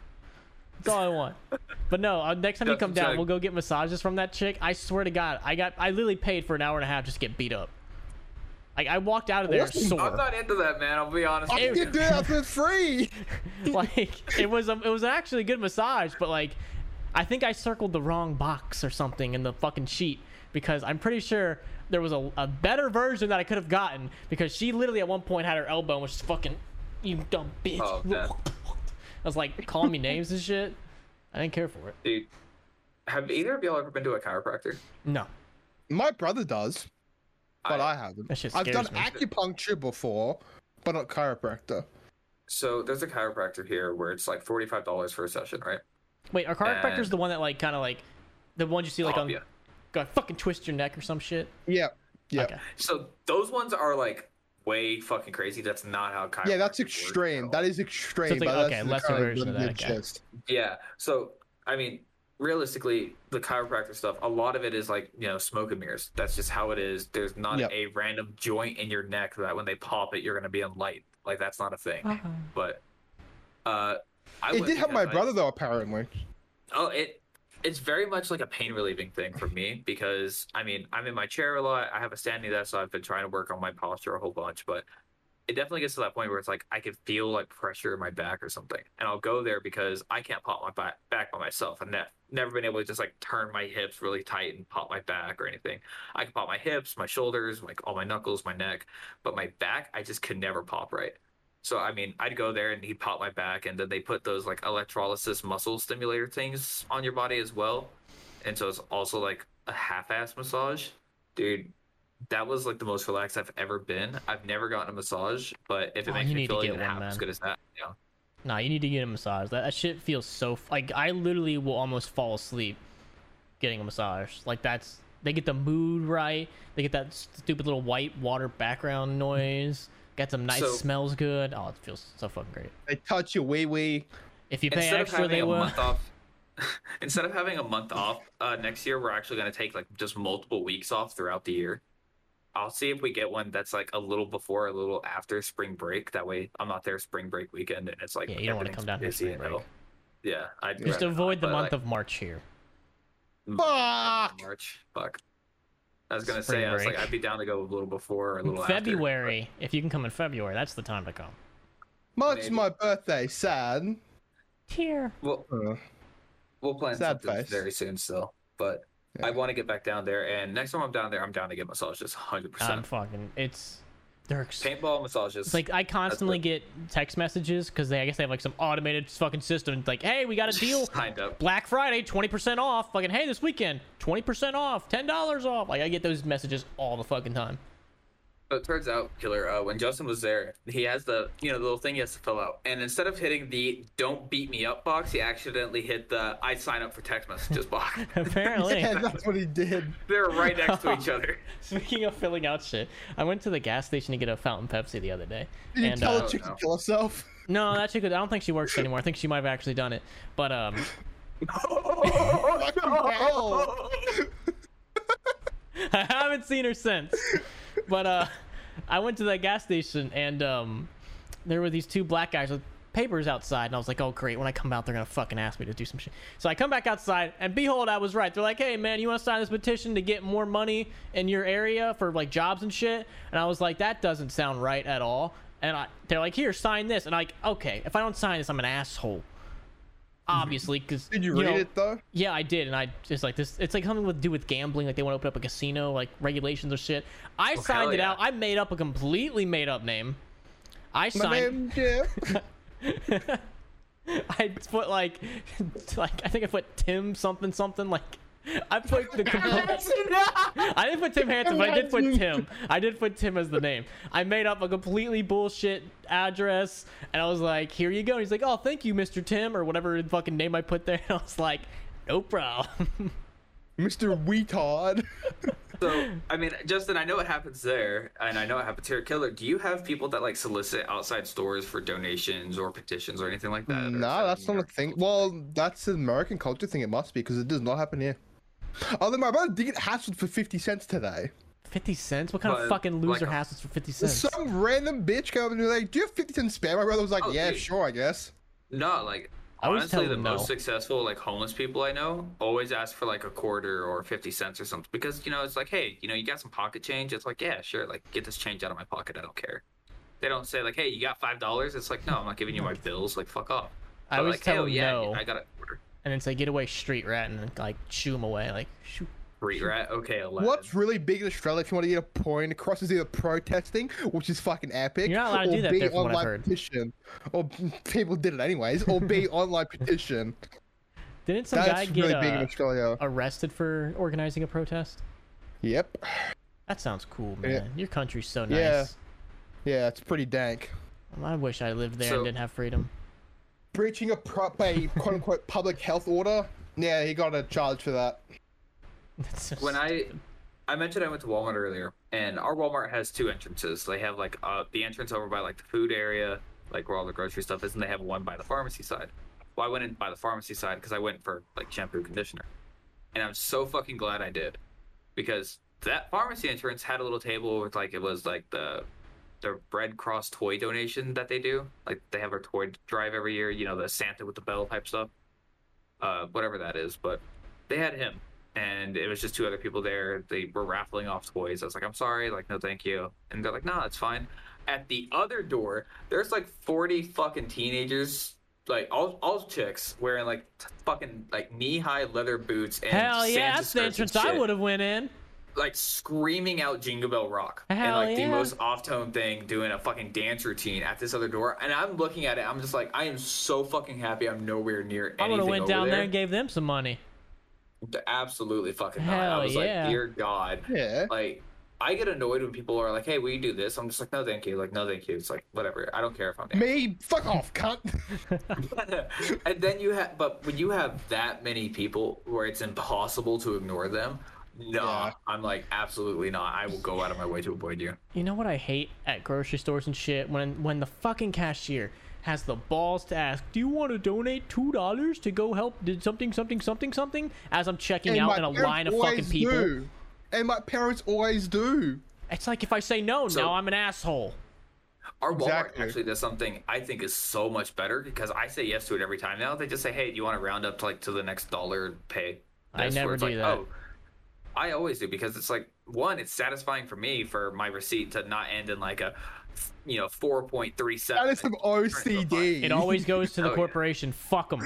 That's all I want. But no, uh, next time you Just come down, check. we'll go get massages from that chick. I swear to God, I got I literally paid for an hour and a half just to get beat up. Like I walked out of there Awesome. sore. I'm not into that, man. I'll be honest. I with can you. do that for free. [LAUGHS] like it was a, it was actually a good massage, but like I think I circled the wrong box or something in the fucking sheet because I'm pretty sure there was a, a better version that I could have gotten because she literally at one point had her elbow and was just fucking you dumb bitch. [LAUGHS] Oh, man. I was like calling me names and shit. I didn't care for it. Dude, Have either of y'all ever been to a chiropractor? No. My brother does, but I- I, haven't. That shit I've done scares me. acupuncture before, but not chiropractor. So there's a chiropractor here where it's like forty five dollars for a session, right? Wait, are chiropractors And- the one that like kind of like the ones you see like Oh, on yeah. go fucking twist your neck or some shit? Yeah, yeah, Okay. So those ones are like way fucking crazy. That's not how chiropractic yeah. That's works at extreme. all. That is extreme. So it's like, but that's okay, the lesser kind of version of that, limited okay. gist. Yeah. So I mean, realistically, the chiropractor stuff, a lot of it is like you know smoke and mirrors. That's just how it is. There's not Yep. a random joint in your neck that when they pop it, you're gonna be in light. Like that's not a thing. But uh, I Uh-huh. It went did help my because I- brother though, apparently. Oh, it it's very much like a pain relieving thing for me because I mean I'm in my chair a lot. I have a standing desk, so I've been trying to work on my posture a whole bunch, but it definitely gets to that point where it's like I can feel like pressure in my back or something, and I'll go there because I can't pop my back back by myself. I've ne- never been able to just like turn my hips really tight and pop my back or anything. I can pop my hips, my shoulders, like all my knuckles, my neck, but my back I just could never pop right. So I mean, I'd go there and he'd pop my back, and then they put those like electrolysis muscle stimulator things on your body as well, and so it's also like a half-ass massage, dude. That was like the most relaxed I've ever been. I've never gotten a massage, but if it Oh, makes you me need to feel get even one, half as man. good as that, you know, Nah, you need to get a massage. That, that shit feels so f- like I literally will almost fall asleep getting a massage. Like that's they get the mood right. They get that stupid little white water background noise. Got some nice So- smells good. Oh, it feels so fucking great. They touch your wee wee. If you pay instead of extra, having they a will. month off, [LAUGHS] instead of [LAUGHS] having a month off uh, next year, we're actually going to take like just multiple weeks off throughout the year. I'll see if we get one that's like a little before, a little after spring break. That way, I'm not there spring break weekend, and it's like Yeah, you don't wanna come everything's down here busy spring and break. it'll- Yeah, I Just avoid the month of March here. Fuck. March. Fuck. I was gonna Spring say I was break. like I'd be down to go a little before or a little after. February, if you can come in February, that's the time to come. March is Maybe. my birthday. Sad. Here. We'll Uh, we'll plan Sad something face. very soon still, but Yeah. I want to get back down there. And next time I'm down there, I'm down to get massages, hundred I'm percent. fucking. It's they're ex- Paintball massages. It's like I constantly get text messages because they, I guess they have like some automated fucking system. It's like, hey, we got a [LAUGHS] deal. Kind of. Black Friday, twenty percent off. Fucking hey, this weekend, twenty percent off, ten dollars off. Like I get those messages all the fucking time. [LAUGHS] So it turns out, Killer, uh, when Justin was there, he has the you know the little thing he has to fill out, and instead of hitting the "Don't beat me up" box, he accidentally hit the "I sign up for text messages" box. Apparently. Yeah, that's what [LAUGHS] he did. They're right next to each other. Speaking of filling out shit, I went to the gas station to get a fountain Pepsi the other day. Did you and, tell uh, a chick no. to kill [LAUGHS] herself? no, that chick. I don't think she works anymore. I think she might have actually done it. But um, Oh, Fucking hell. [LAUGHS] I haven't seen her since. But uh, I went to that gas station and um, there were these two black guys with papers outside, and I was like, "Oh great! When I come out, they're gonna fucking ask me to do some shit." So I come back outside, and behold, I was right. They're like, "Hey man, you want to sign this petition to get more money in your area for like jobs and shit?" And I was like, "That doesn't sound right at all." And I, they're like, "Here, sign this." And I'm like, "Okay, if I don't sign this, I'm an [LAUGHS] asshole." Obviously, because [LAUGHS] Did you read it though? yeah, I did, and I just like this. It's like something with do with gambling. Like they want to open up a casino, like regulations or shit. I signed hell it yeah. out. I made up a completely made up name. I My signed. name yeah. [LAUGHS] I put like, [LAUGHS] like I think I put Tim something something. Like I put the complete. [LAUGHS] I didn't put Tim Hanson, but I did put Tim. I did put Tim as the name. I made up a completely bullshit address, and I was like, "Here you go." And he's like, "Oh, thank you, Mr. Tim," or whatever fucking name I put there. [LAUGHS] And I was like, "No problem." Mr. Weetard. So, I mean, Justin, I know it happens there, and I know it happens here. at Killer, do you have people that like solicit outside stores for donations or petitions or anything like that? Or is Nah, [LAUGHS] that that's in not a your- thing. Well, that's an American culture thing. It must be because it does not happen here. Although my brother did get hassled for fifty cents today. 50 cents? What kind of But, fucking loser like, hassles for 50 cents? Some random bitch came up and was like, "Do you have fifty cents spare?" My brother was like, Oh, "Yeah, dude. sure, I guess." No, like I always tell honestly, the them no. most successful like homeless people I know always ask for like a quarter or fifty cents or something because you know it's like, hey, you know, you got some pocket change. It's like, yeah, sure, like get this change out of my pocket. I don't care. They don't say like, hey, you got five dollars. It's like, no, I'm not giving you my bills. Like, fuck off. I But, always like, tell "Hey, oh, them yeah, no. I got a quarter. and then say, get away, street rat, and then, like shoo him away. Like, shoo. Free rat. Okay, eleven. What's really big in Australia if you want to get a point across is either protesting, which is fucking epic. You're not allowed to or do that B, there, from what I've online heard. [LAUGHS] [LAUGHS] petition. Or people did it anyways. Or B online petition. Didn't some guy That's get really big in uh, Australia. arrested for organizing a protest? Yep. That sounds cool, man. Yeah. Your country's so nice. Yeah. Yeah, it's pretty dank. I wish I lived there So- and didn't have freedom. [LAUGHS] Breaching a prop a quote unquote public health order. Yeah, he got a charge for that. That's so when I stupid. I mentioned I went to Walmart earlier, and our Walmart has two entrances. They have like uh, the entrance over by like the food area, like where all the grocery stuff is, and they have one by the pharmacy side. Well, I went in by the pharmacy side because I went for like shampoo and conditioner, and I'm so fucking glad I did, because that pharmacy entrance had a little table with like it was like the the Red Cross toy donation that they do. Like they have a toy drive every year. You know the Santa with the bell type stuff, uh, whatever that is. But they had him, and it was just two other people there. They were raffling off toys. I was like, I'm sorry, like, no, thank you. And they're like, nah, it's fine. At the other door, there's like 40 fucking teenagers, like all all chicks wearing like t- fucking like knee high leather boots and Hell yeah, Santa that's the skirts and entrance I shit would have went in. like screaming out Jingle Bell Rock and Hell like yeah. the most off tone thing, doing a fucking dance routine at this other door. And I'm looking at it, I'm just like, I am so fucking happy. I'm nowhere near I would anything have went over down there. there. and gave them some money. Absolutely fucking not. Hell I was yeah. like, dear God, Yeah. like. I get annoyed when people are like, "Hey, will you do this?" I'm just like, "No, thank you." Like, "No, thank you." It's like, whatever. I don't care if I'm. There. Me, fuck off, cunt. [LAUGHS] and then you have, but when you have that many people where it's impossible to ignore them, no, Yeah. I'm like, absolutely not. I will go out of my way to avoid you. You know what I hate at grocery stores and shit? When when the fucking cashier has the balls to ask, "Do you want to donate two dollars to go help did something something something something?" As I'm checking out in a parents line of fucking always people, do. And my parents always do. it's like if I say no, So- now I'm an asshole. Our Exactly. Walmart actually does something I think is so much better because I say yes to it every time now. They just say, "Hey, do you want to round up to like to the next dollar pay?" I That's never where it's do like, that. Oh, I always do because it's like one, it's satisfying for me for my receipt to not end in like a, you know, four point three seven. That is some OCD. It [LAUGHS] always goes to the Oh, yeah. corporation. Fuck 'em.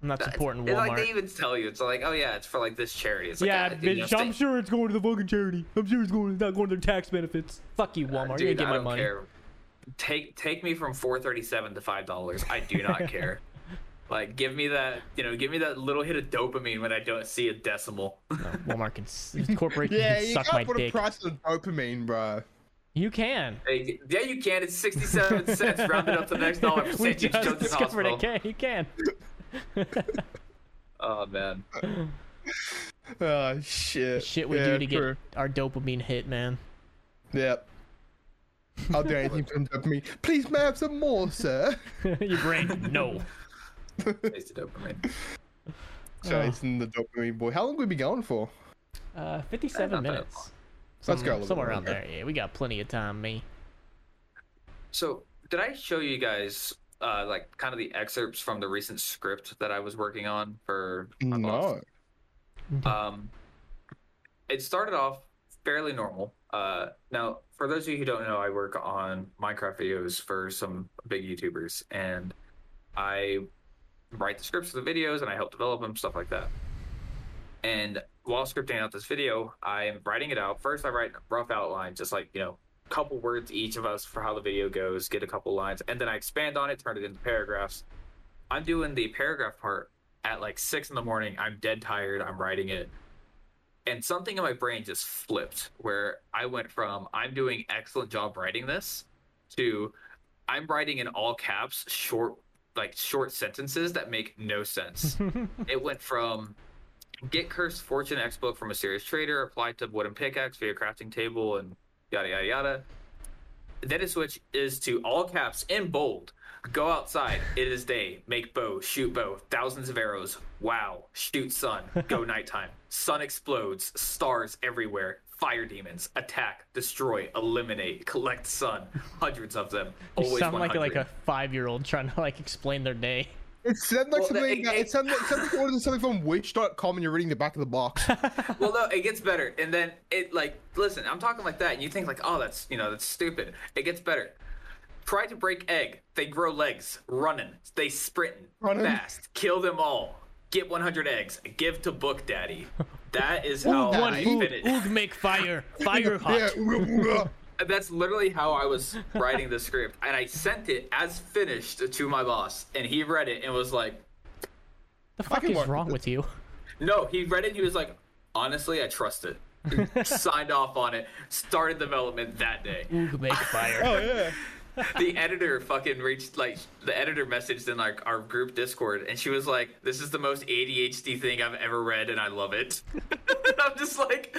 I'm not supporting It's Walmart. like they even tell you, it's like, oh yeah, it's for like this charity. It's like, yeah, ah, dude, you know, bitch, I'm stay- sure it's going to the fucking charity. I'm sure it's going not going to their tax benefits. Fuck you, Walmart. You're Uh, gonna dude, get I my don't money. care. Take take me from four thirty seven to five dollars. I do [LAUGHS] not care. Like, give me that, you know, give me that little hit of dopamine when I don't see a decimal. Walmart can s- [LAUGHS] corporation [LAUGHS] Yeah, can you suck my can't put a dick. price on dopamine, bro. you can. Like, yeah, you can. It's 67 cents rounded up to the next [LAUGHS] dollar We percentage. just Just discovered hospital. it. Can you can? Oh, man. Oh shit. Shit, we yeah, do to get true. our dopamine hit, man. Yep. I'll do anything for dopamine. Please, may I have some [LAUGHS] more, sir? [LAUGHS] Your brain, no. Taste of dopamine. Chasing the dopamine boy. How long have we been going for? [LAUGHS] Uh, Eh, 57 not that minutes. Let's go a Some- little somewhere bit around longer. there. Yeah, we got plenty of time, me. So, did I show you guys, uh, like, kind of the excerpts from the recent script that I was working on for my boss? No. Um, it started off fairly normal. Uh, now, for those of you who don't know, I work on Minecraft videos for some big YouTubers, and I write the scripts for the videos and I help develop them, stuff like that. And while scripting out this video, I am writing it out. First, I write a rough outline, just like, you know, couple words each of us for how the video goes, get a couple lines, and then I expand on it, turn it into paragraphs. I'm doing the paragraph part at like six in the morning. I'm dead tired. I'm writing it. And something in my brain just flipped where I went from I'm doing excellent job writing this to I'm writing in all caps short like short sentences that make no sense. [LAUGHS] it went from get cursed fortune X book from a serious trader, apply to wooden pickaxe for your crafting table and yada yada yada. Then it switch is to all caps in bold. Go outside. It is day. Make bow. Shoot bow. Thousands of arrows. Wow. Shoot sun. [LAUGHS] Go nighttime. Sun explodes. Stars everywhere. Fire demons. Attack. Destroy. Eliminate. Collect sun. Hundreds of them. You Always sound like 100. like a five year old trying to like explain their day. It sounds like Well, the- something. it- It sounds like something ordered something from Wish.com, and you're reading the back of the box. [LAUGHS] well no it gets better and then it like listen i'm talking like that and you think like oh that's you know that's stupid it gets better try to break egg they grow legs running they sprinting Runnin'. fast kill them all get 100 eggs give to book daddy that is how Daddy. One I oog, finish. oog make fire, fire hot. [LAUGHS] yeah. ooga, that's literally how i was writing the script and i sent it as finished to my boss and he read it and was like The fuck can is work with wrong this. with you? No, he read it. He was like, honestly, I trust it. [LAUGHS] Signed off on it. Started development that day. Ooh, [LAUGHS] make fire. Oh [LAUGHS] yeah. The editor fucking reached like the editor messaged in like our group Discord, and she was like, "This is the most ADHD thing I've ever read, and I love it." [LAUGHS] And I'm just like.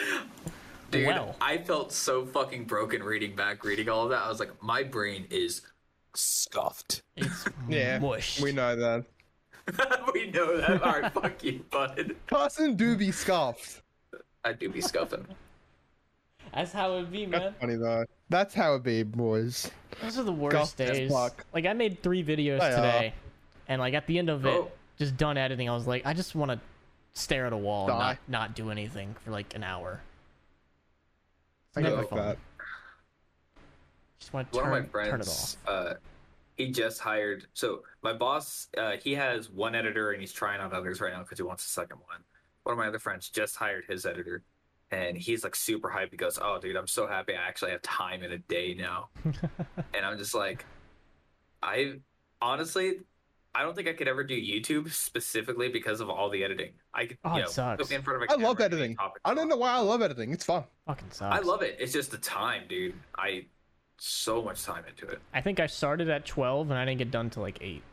Dude, Well. I felt so fucking broken reading back, reading all of that. I was like, my brain is scuffed. [LAUGHS] It's [LAUGHS] Yeah. mush. We know that. we know that. All right, fuck you, bud. Carson do be scuffed. I do be scuffing. That's how it be, man. That's funny though. That's how it be, boys. Those are the worst Scuffed as days. fuck. Like I made three videos They are. today, and like at the end of it, Oh. just done editing, I was like, I just want to stare at a wall and Die. not, not do anything for like an hour. I get Never like fun. that. Just want to one turn, of my turn it off. friends uh he just hired so my boss uh he has one editor and he's trying on others right now because he wants a second one one of my other friends just hired his editor and he's like super hyped he goes oh dude i'm so happy i actually have time in a day [LAUGHS] now and i'm just like i honestly i don't think i could ever do youtube specifically because of all the editing i could Oh, you it know sucks. put me in front of a I love camera and do editing. topic I don't know why I love editing. It's fun. Fucking sucks. i love it it's just the time dude i so much time into it I think I started at twelve and I didn't get done till like eight.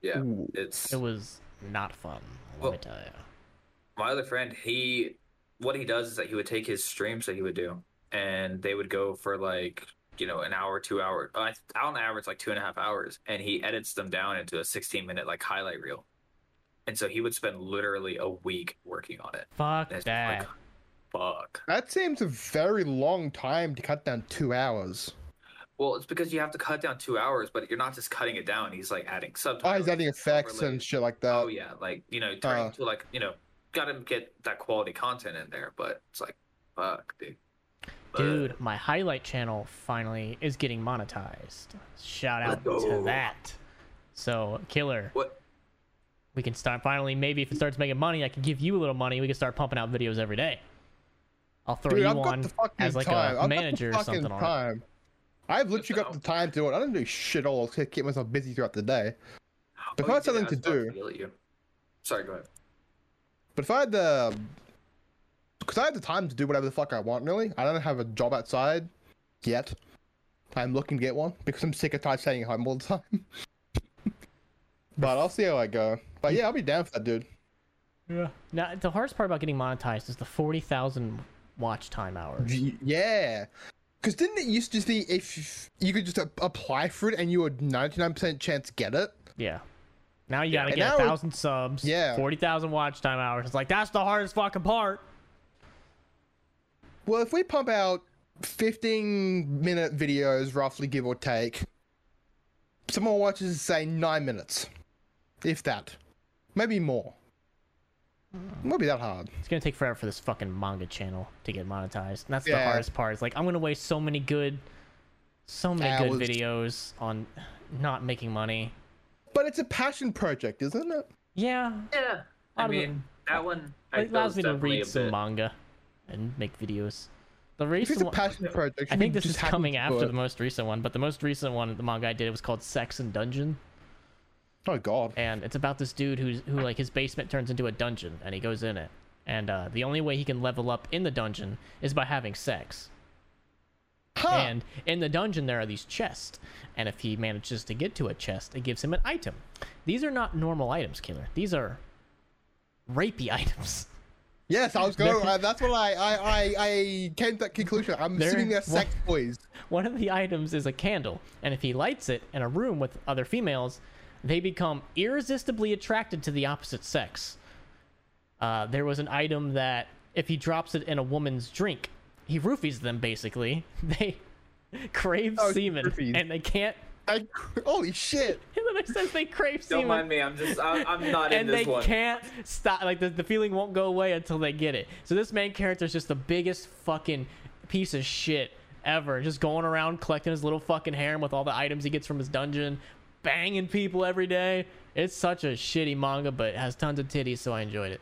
yeah Ooh. it's It was not fun. Let Well- me tell you. my other friend he what he does is that he would take his streams that he would do and they would go for like you know an hour two hour uh, on average like two and a half hours and he edits them down into a 16 minute like highlight reel and so he would spend literally a week working on it Fuck And it's that. just like, fuck That seems a very long time to cut down two hours. well it's because you have to cut down two hours but you're not just cutting it down he's like adding Oh, subtitles he's adding effects overlays. and shit like that. oh yeah like you know turning Uh. to like you know gotta get that quality content in there but it's like fuck dude But- Dude, my highlight channel finally is getting monetized. Shout out Let's to go. that. So, killer, what we can start finally. Maybe if it starts making money, I can give you a little money. We can start pumping out videos every day. I'll throw Dude, you I've got on the fucking as like time. a I've manager got or the fucking something on it. time. I've literally got Yes, the time to do it. I don't do shit all. I keep myself busy throughout the day. But Oh, if I had you did. something I to was about do, yell at you. Sorry, go ahead. but if I had the, because I have the time to do whatever the fuck I want. Really, I don't have a job outside yet. I'm looking to get one because I'm sick of tired staying at home all the time. [LAUGHS] but I'll see how I go. But yeah, I'll be down for that, dude. Yeah. Now, the hardest part about getting monetized is the 40,000 watch time hours. Y- Yeah. Because didn't it used to be if you could just a- apply for it and you would 99% chance get it? Yeah. Now you Yeah, gotta and get a now it- thousand subs, Yeah. 40,000 watch time hours. It's like, that's the hardest fucking part. Well, if we pump out 15 minute videos, roughly give or take, someone watches, say, nine minutes. If that. Maybe more. It won't be that hard. It's gonna take forever for this fucking manga channel to get monetized. And that's the Yeah. hardest part. It's like I'm gonna waste so many good, so many Hours. good videos on not making money. But it's a passion project, isn't it? Yeah, Yeah, I I don't mean that one. I- it that allows was me to definitely a read some bit- manga and make videos. The If it's recent a one, passion project, I you think this just is happen coming to after do the it. most recent one, but the most recent one, the manga I did, it was called Sex and Dungeon, Oh, God. and it's about this dude who's who like his basement turns into a dungeon, and he goes in it, and uh, the only way he can level up in the dungeon is by having sex. Huh. And in the dungeon, there are these chests. And if he manages to get to a chest, it gives him an item. These are not normal items, Killer. These are rapey [LAUGHS] items. Yes, I was going. uh, that's what I, I, I, I came to that conclusion. I'm There- assuming they're sex toys. One of the items is a candle. And if he lights it in a room with other females, they become irresistibly attracted to the opposite sex. Uh, there was an item that if he drops it in a woman's drink, he roofies them basically. [LAUGHS] They crave Oh, semen roofies. and they can't. [LAUGHS] Like, holy shit! And then it says they crave Don't semen. mind me. I'm just. I'm, [LAUGHS] I'm not in and this they one. can't stop like the, the feeling won't go away until they get it so this main character is just the biggest fucking piece of shit ever just going around collecting his little fucking harem with all the items he gets from his dungeon banging people every day it's such a shitty manga but it has tons of titties so i enjoyed it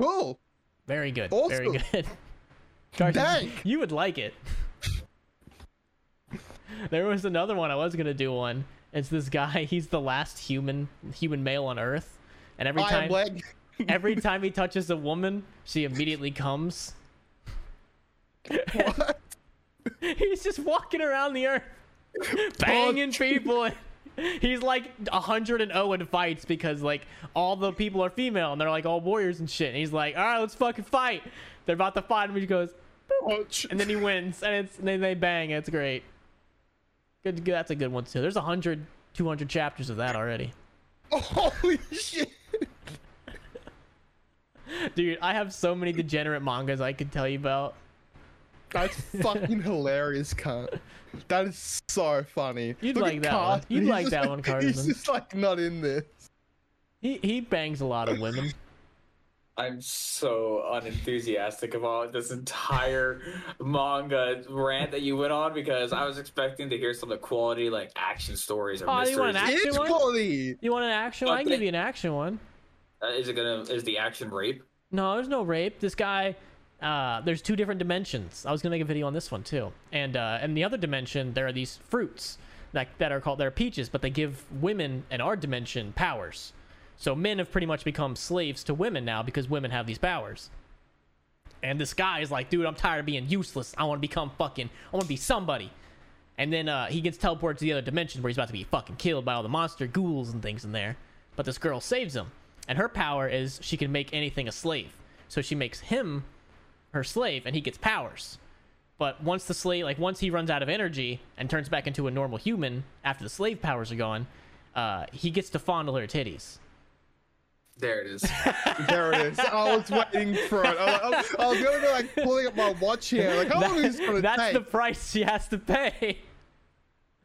Cool. very good very Awesome. good [LAUGHS] Carson, Dank. you would like it [LAUGHS] there was another one i was gonna do one it's this guy he's the last human human male on earth and every I am time leg. every time he touches a woman, she immediately comes. [LAUGHS] [LAUGHS] What? He's just walking around the earth, banging people. [LAUGHS] He's like hundred and zero in fights because like all the people are female and they're like all warriors and shit. And he's like, all right, let's fucking fight. They're about to fight, and he goes, Ouch. and then he wins, and it's and then they bang. It's great. Good, good. That's a good one too. There's 100, 200 chapters of that already. [LAUGHS] Holy shit. Dude, I have so many degenerate mangas I could tell you about. [LAUGHS] That's fucking hilarious, cunt. That is so funny. You'd Look at like that one. Carson. You'd He's like just that one, [LAUGHS] He's Carson. just like not in this. He he bangs a lot of women. I'm so unenthusiastic about this entire manga rant that you went on because I was expecting to hear some of the quality like action stories or Oh, you mysteries. want an act- It is Actually, what? quality. You want an action? But one? I can give they- you an action one. Uh, is it gonna is the action rape? No, there's no rape. This guy, uh, there's two different dimensions. I was gonna make a video on this one too. And uh, and the other dimension, there are these fruits that that are called they're peaches, but they give women in our dimension powers. So men have pretty much become slaves to women now because women have these powers. And this guy is like, dude, I'm tired of being useless. I want to become fucking. I want to be somebody. And then uh, he gets teleported to the other dimension where he's about to be fucking killed by all the monster ghouls and things in there. But this girl saves him. And her power is she can make anything a slave. So she makes him her slave and he gets powers. But once the slave, like once he runs out of energy and turns back into a normal human after the slave powers are gone, uh, he gets to fondle her titties. There it [LAUGHS] is. There it is. I was waiting for it. I was, I was going to like pulling up my watch here. [LAUGHS] Like, how long is this going to That's take? the price she has to pay. [LAUGHS]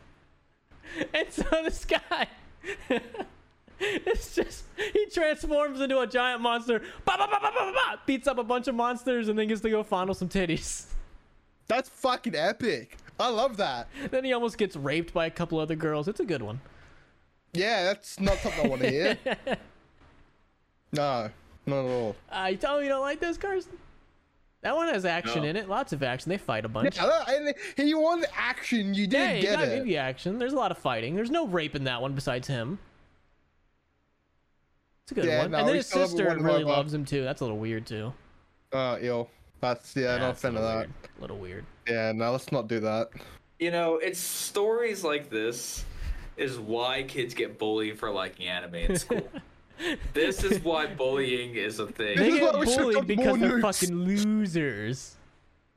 And so this guy, [LAUGHS] it's just he transforms into a giant monster, bah, bah, bah, bah, bah, bah, bah, beats up a bunch of monsters, and then gets to go fondle some titties. [LAUGHS] That's fucking epic. I love that. Then he almost gets raped by a couple other girls. It's a good one. Yeah, that's not something I want [LAUGHS] to hear. No, not at all. Uh, you tell me you don't like this, Carson? That one has action No. in it. Lots of action. They fight a bunch. Yeah, look, and he won the action. You Yeah, did you get gotta it. give you action. There's a lot of fighting. There's no rape in that one besides him. It's a good Yeah, one. no, and then we his still haven't sister won him really over. loves him too. That's a little weird too. Uh, ill. That's yeah, not a that's fan of little that. Weird. little weird. Yeah, no, let's not do that. you know, it's stories like this is why kids get bullied for liking anime in [LAUGHS] school. this is why bullying is a They [LAUGHS] thing. This is get why we should've bullied done because more they're nukes. fucking losers.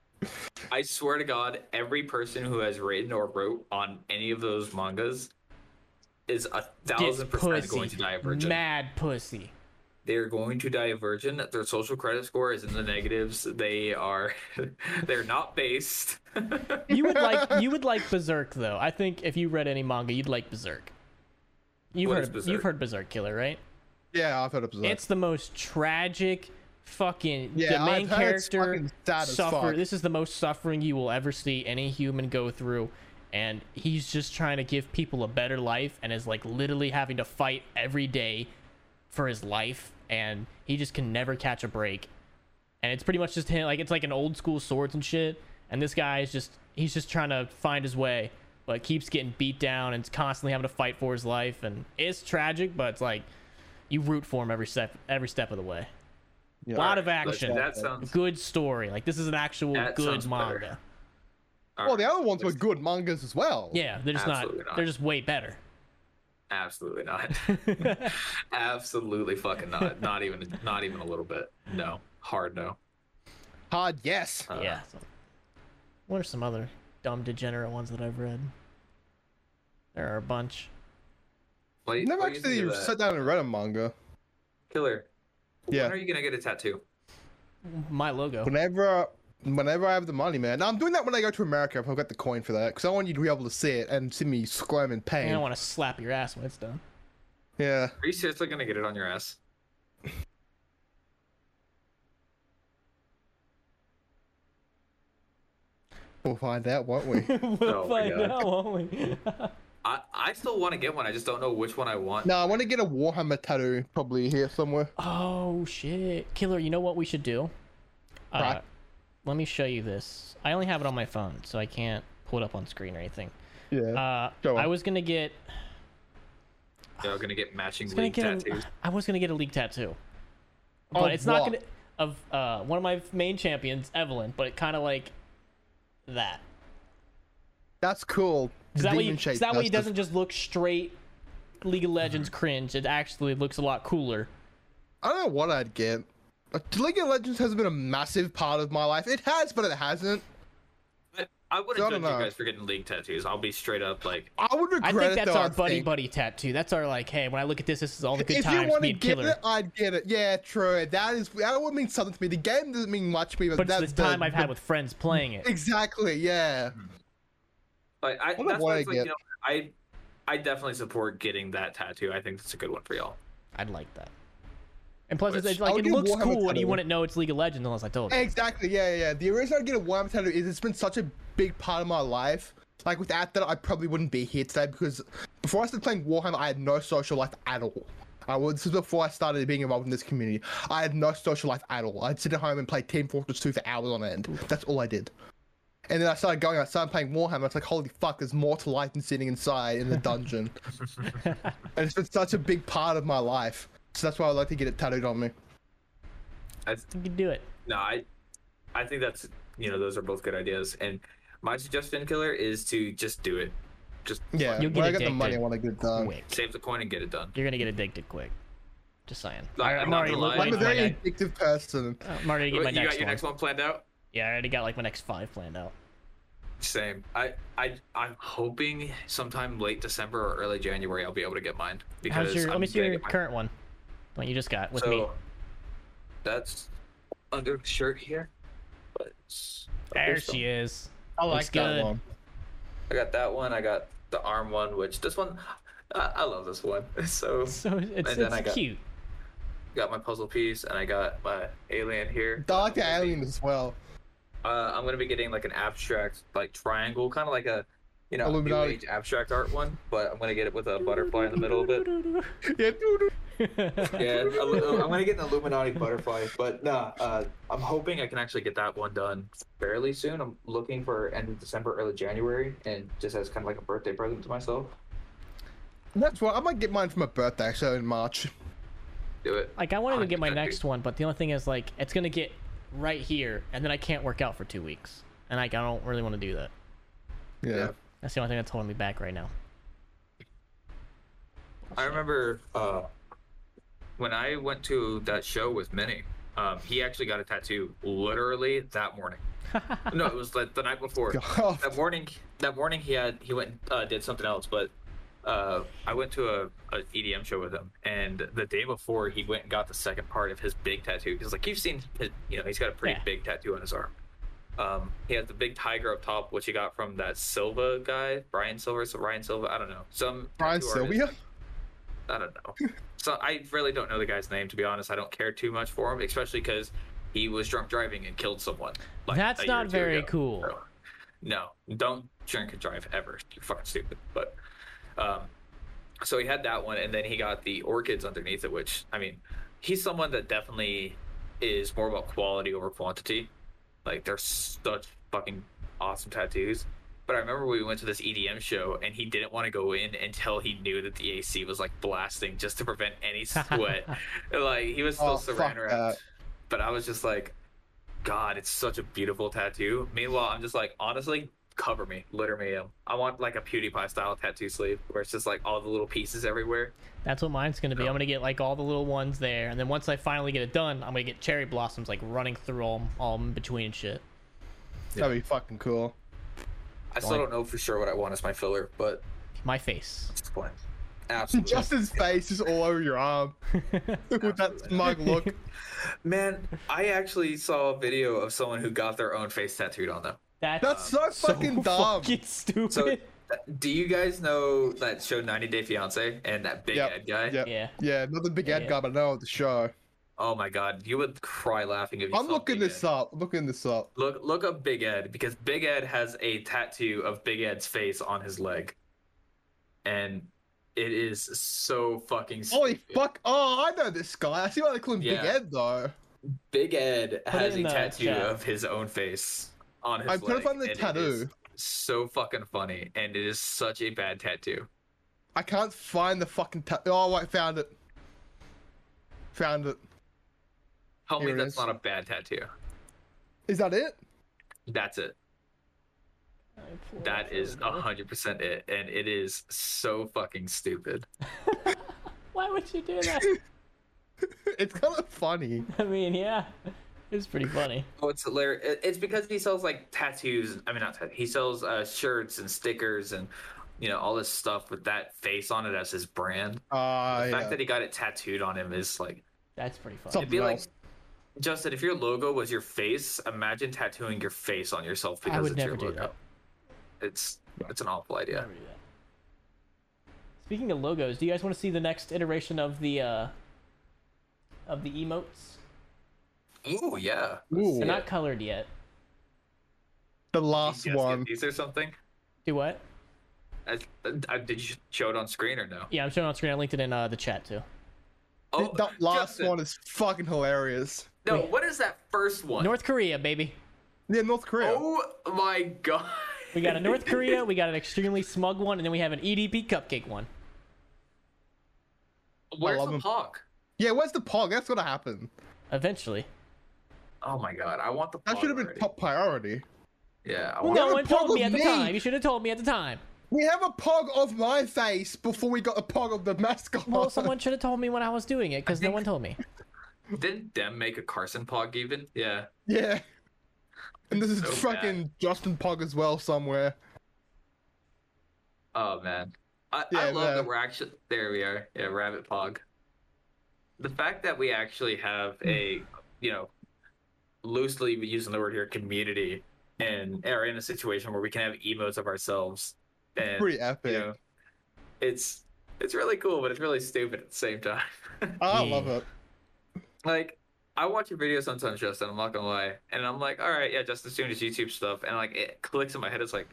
[LAUGHS] I swear to God, every person who has written or wrote on any of those mangas is a Gets thousand percent pussy. going to die a virgin. Mad pussy. they are going to die a virgin. Their social credit score is in the negatives. They are, [LAUGHS] they're not based. You would like you would like Berserk though. I think if you read any manga, you'd like Berserk. You've What heard is of- Berserk? you've heard Berserk Killer, right? Yeah, I've heard of that. It's the most tragic fucking Yeah, the main I've heard it's character fucking sad as suffer fuck. this is the most suffering you will ever see any human go through and he's just trying to give people a better life and is like literally having to fight every day for his life and he just can never catch a break and it's pretty much just him like it's like an old school swords and shit and this guy is just he's just trying to find his way but keeps getting beat down and constantly having to fight for his life and it's tragic but it's like you root for him every step every step of the way Yeah. a lot of Like, action that sounds. good story like this is an actual That good sounds manga better. Well, the other ones were good mangas as well. yeah they're just Absolutely not, not. they're just way better [LAUGHS] Absolutely not. Absolutely fucking not. Not even not even a little bit. No. Hard no. Hard yes. Uh, yeah so- what are some other dumb degenerate ones that i've read there are a bunch Like, Never what do you think actually of that? sat down and read a manga. Killer. When Yeah. are you gonna get a tattoo? my logo Whenever, whenever I have the money, man. Now I'm doing that when I go to America. If I've got the coin for that, because I want you to be able to see it and see me squirm in i pain. don't want to slap your ass when it's [LAUGHS] done Yeah. Are you seriously gonna get it on your ass? We'll find out, won't we? [LAUGHS] we'll Oh my find God. out won't we I I still want to get one. I just don't know which one I want. no, I want to get a Warhammer tattoo, probably here somewhere. [LAUGHS] oh shit killer you know what we should do uh, Right. let me show you this i only have it on my phone so i can't pull it up on screen or anything Yeah. Uh, Go on. I was gonna get. They're gonna get matching was gonna league get a- tattoos. I was gonna get a league tattoo, but Of it's not Oh, what? gonna of uh, one of my main champions, Evelyn. But kind of like that. That's cool. Is that, way you, Demon shape, so that way he that's- Mm-hmm. doesn't just look straight League of Legends cringe. It actually looks a lot cooler. I don't know what I'd get. Like, League of Legends has been a massive part of my life. It has, but it hasn't. I, I wouldn't So I judge don't you know. guys for getting league tattoos. I'll be straight up like, I would I regret think it, that's though, our I buddy think. buddy tattoo. That's our like, hey, when I look at this, this is all the good if you times. want Me to and get Killer. it, I'd get it. Yeah, true. That is that would mean something to me. The game doesn't mean much to me, but, but that's it's the time the- I've had with friends playing it. Exactly. Yeah. like I, wonder that's what why I it's like, you get. know, I, I definitely support getting that tattoo. I think that's a good one for y'all. I'd like that. And plus, it's, Which- it's I like would it do looks Warhammer cool, and you tattoo. wouldn't know it's League of Legends unless I told you. Exactly. Yeah, yeah, yeah. The reason I get a Warhammer tattoo is it's been such a big part of my life. Like without that, I probably wouldn't be here today because before I started playing Warhammer, I had no social life at all. I was this is before I started being involved in this community. I had no social life at all. I'd sit at home and play Team Fortress 2 for hours on end. That's all I did. And then I started going outside and playing Warhammer. It's like, holy fuck, there's more to life than sitting inside in [LAUGHS] the dungeon. and it's been such a big part of my life. So that's why I like to get it tattooed on me. I, You can do it. no, I, I think that's you know those are both good ideas. And my suggestion, killer, is to just do it. Just Yeah, You'll when I get got the money, I addicted want a good time. Quick, save the coin and get it done. you're gonna get addicted quick. Just saying. Like, I, I'm am not already gonna look, lie. waiting I'm a for my very next- addictive person. I'm already you getting my got next your one. next one planned out. Yeah, I already got like my next five planned out. Same. I, I, I'm hoping sometime late December or early January I'll be able to get mine because How's your? I'm Let me see gonna your get mine. current one. The one you just got with so me. that's under the shirt here. But it's- There there's some- she is. I Looks like that good. one. I got that one. I got the arm one, which this one, I, I love this one. [LAUGHS] [LAUGHS] So So it's, then I it's got- cute. got my puzzle piece and I got my alien here. I like the alien as well. Uh, I'm gonna be getting like an abstract, like triangle, kind of like a, you know, new Illuminati. age abstract art one. But I'm gonna get it with a butterfly in the middle of it. Yeah, dude. Yeah, I'm gonna get an Illuminati butterfly, but nah. Uh, I'm hoping I can actually get that one done fairly soon. I'm looking for end of December, early January, and just as kind of like a birthday present to myself. That's what I might get mine for my birthday, so in March. Do it. [LAUGHS] Like I wanted to get my 100% next one, but the only thing is like it's gonna get right here, and then I can't work out for two weeks, and like I don't really want to do that. Yeah. [LAUGHS] Yeah. That's the only thing that's holding me back right now. I remember uh, when I went to that show with Minnie. Um, he actually got a tattoo literally that morning. no, it was like the night before. God. That morning, that morning he had he went uh, did something else, but uh, I went to a, a EDM show with him, and the day before he went and got the second part of his big tattoo because like you've seen, his, you know, he's got a pretty Yeah. big tattoo on his arm. Um, he has the big tiger up top, which he got from that Silva guy, Brian Silver. So Ryan Silva, I don't know, some Brian tattoo artist. Sylvia? I don't know. so I really don't know the guy's name to be honest. I don't care too much for him, especially because he was drunk driving and killed someone. like, That's a year or not two very ago. cool. [LAUGHS] So, no, don't drink and drive ever. You're fucking stupid. But um, so he had that one, and then he got the orchids underneath it, which I mean, he's someone that definitely is more about quality over quantity. Like they're such fucking awesome tattoos. But I remember we went to this EDM show and he didn't want to go in until he knew that the AC was like blasting just to prevent any sweat. like he was still Oh, saran fuck wrapped. that. But I was just like, God, it's such a beautiful tattoo. Meanwhile, I'm just like, honestly, cover me, litter me up. I want like a PewDiePie style tattoo sleeve where it's just like all the little pieces everywhere. That's what mine's gonna be. I'm gonna get like all the little ones there, and then once I finally get it done, I'm gonna get cherry blossoms like running through all, all in between and shit. That'd be fucking cool. I still don't know for sure what I want as my filler, but My face. it's fine. [LAUGHS] Absolutely. Justin's face is all over your arm. [LAUGHS] With that smug look. Man, I actually saw a video of someone who got their own face tattooed on them. That's, That's so fucking dumb. fucking stupid. So, th- Uh, do you guys know that show 90 Day Fiance and that big Yep, head guy? yep. yeah. Yeah, not the big Yeah, ad yeah. guy, but I know the show. Oh my god, you would cry laughing if you I'm saw looking Big this Ed. up. Looking this up. Look, look up Big Ed because Big Ed has a tattoo of Big Ed's face on his leg, and it is so fucking. Holy stupid. fuck. Oh, I know this guy. I see why they call him Yeah. Big Ed, though. Big Ed has in a the tattoo chat. of his own face on his I leg. put up on the and it is tattoo. So fucking funny, and it is such a bad tattoo. I can't find the fucking. Ta- oh, I found it. Found it. Tell me Here it that's is. not a bad tattoo. Is that it? That's it. That is hundred percent it, and it is so fucking stupid. Why would you do [LAUGHS] that? It's kind of funny. I mean, yeah, it's pretty funny. What's hilarious? it- Oh, It's because he sells like tattoos. I mean, not tattoos. He sells uh, shirts and stickers and you know all this stuff with that face on it as his brand. Uh, The yeah. Oh, fact that he got it tattooed on him is like That's pretty funny. Something it'd be like else. Justin. If your logo was your face, imagine tattooing your face on yourself because I would it's never your do logo. that. It's it's an awful idea. Never do that. Speaking of logos, do you guys want to see the next iteration of the uh, of the emotes? Ooh, yeah. Ooh, They're not colored yet. the last Yes, one. These or something. Do what? I, I, did you show it on screen or no? Yeah, I'm showing on screen. I linked it in uh, the chat too. Oh, that last Justin, one is fucking hilarious. No, Wait. what is that first one? North Korea, baby. Yeah, North Korea. Oh my [LAUGHS] god. We got a North Korea. We got an extremely smug one, and then we have an EDP cupcake one. Where's love the him. hawk? Yeah, where's the pog? That's gonna happen. Eventually, Oh my god, I want the. That pog should have been already. top priority. Yeah, I want. no have a one pog told me of at the me. time. You should have told me at the time. We have a pog of my face before we got a pog of the mascot. Well, [LAUGHS] someone should have told me when I was doing it because no think- one told me. Didn't Dem make a Carson pog even? Yeah. Yeah. And this is So fucking Justin Pog as well somewhere. Oh man, I, Yeah, I love man. that we're actually there. We are. Yeah, rabbit pog. The fact that we actually have a, you know, loosely using the word here, community, and are in a situation where we can have emotes of ourselves. And, Pretty epic. you know, it's it's really cool, but it's really stupid at the same time. I Yeah. love it. like I watch your videos sometimes, Justin. I'm not gonna lie, and I'm like, all right, yeah, Justin's doing his YouTube stuff, and like it clicks in my head. It's like,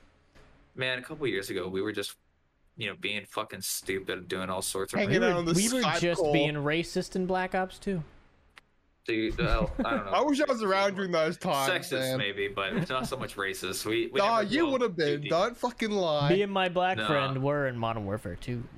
man, a couple years ago we were just, you know, being fucking stupid and doing all sorts [LAUGHS] of Hanging random- out on the we were Skype just call. being racist in Black Ops too. dude. Well, [LAUGHS] I don't know. I wish I was around during those times. Sexist, man. maybe, but it's not so much racist. We, we Nah, never you dwelled would have too been. deep. Don't fucking lie. Me and my black Nah. friend were in Modern Warfare 2. [LAUGHS]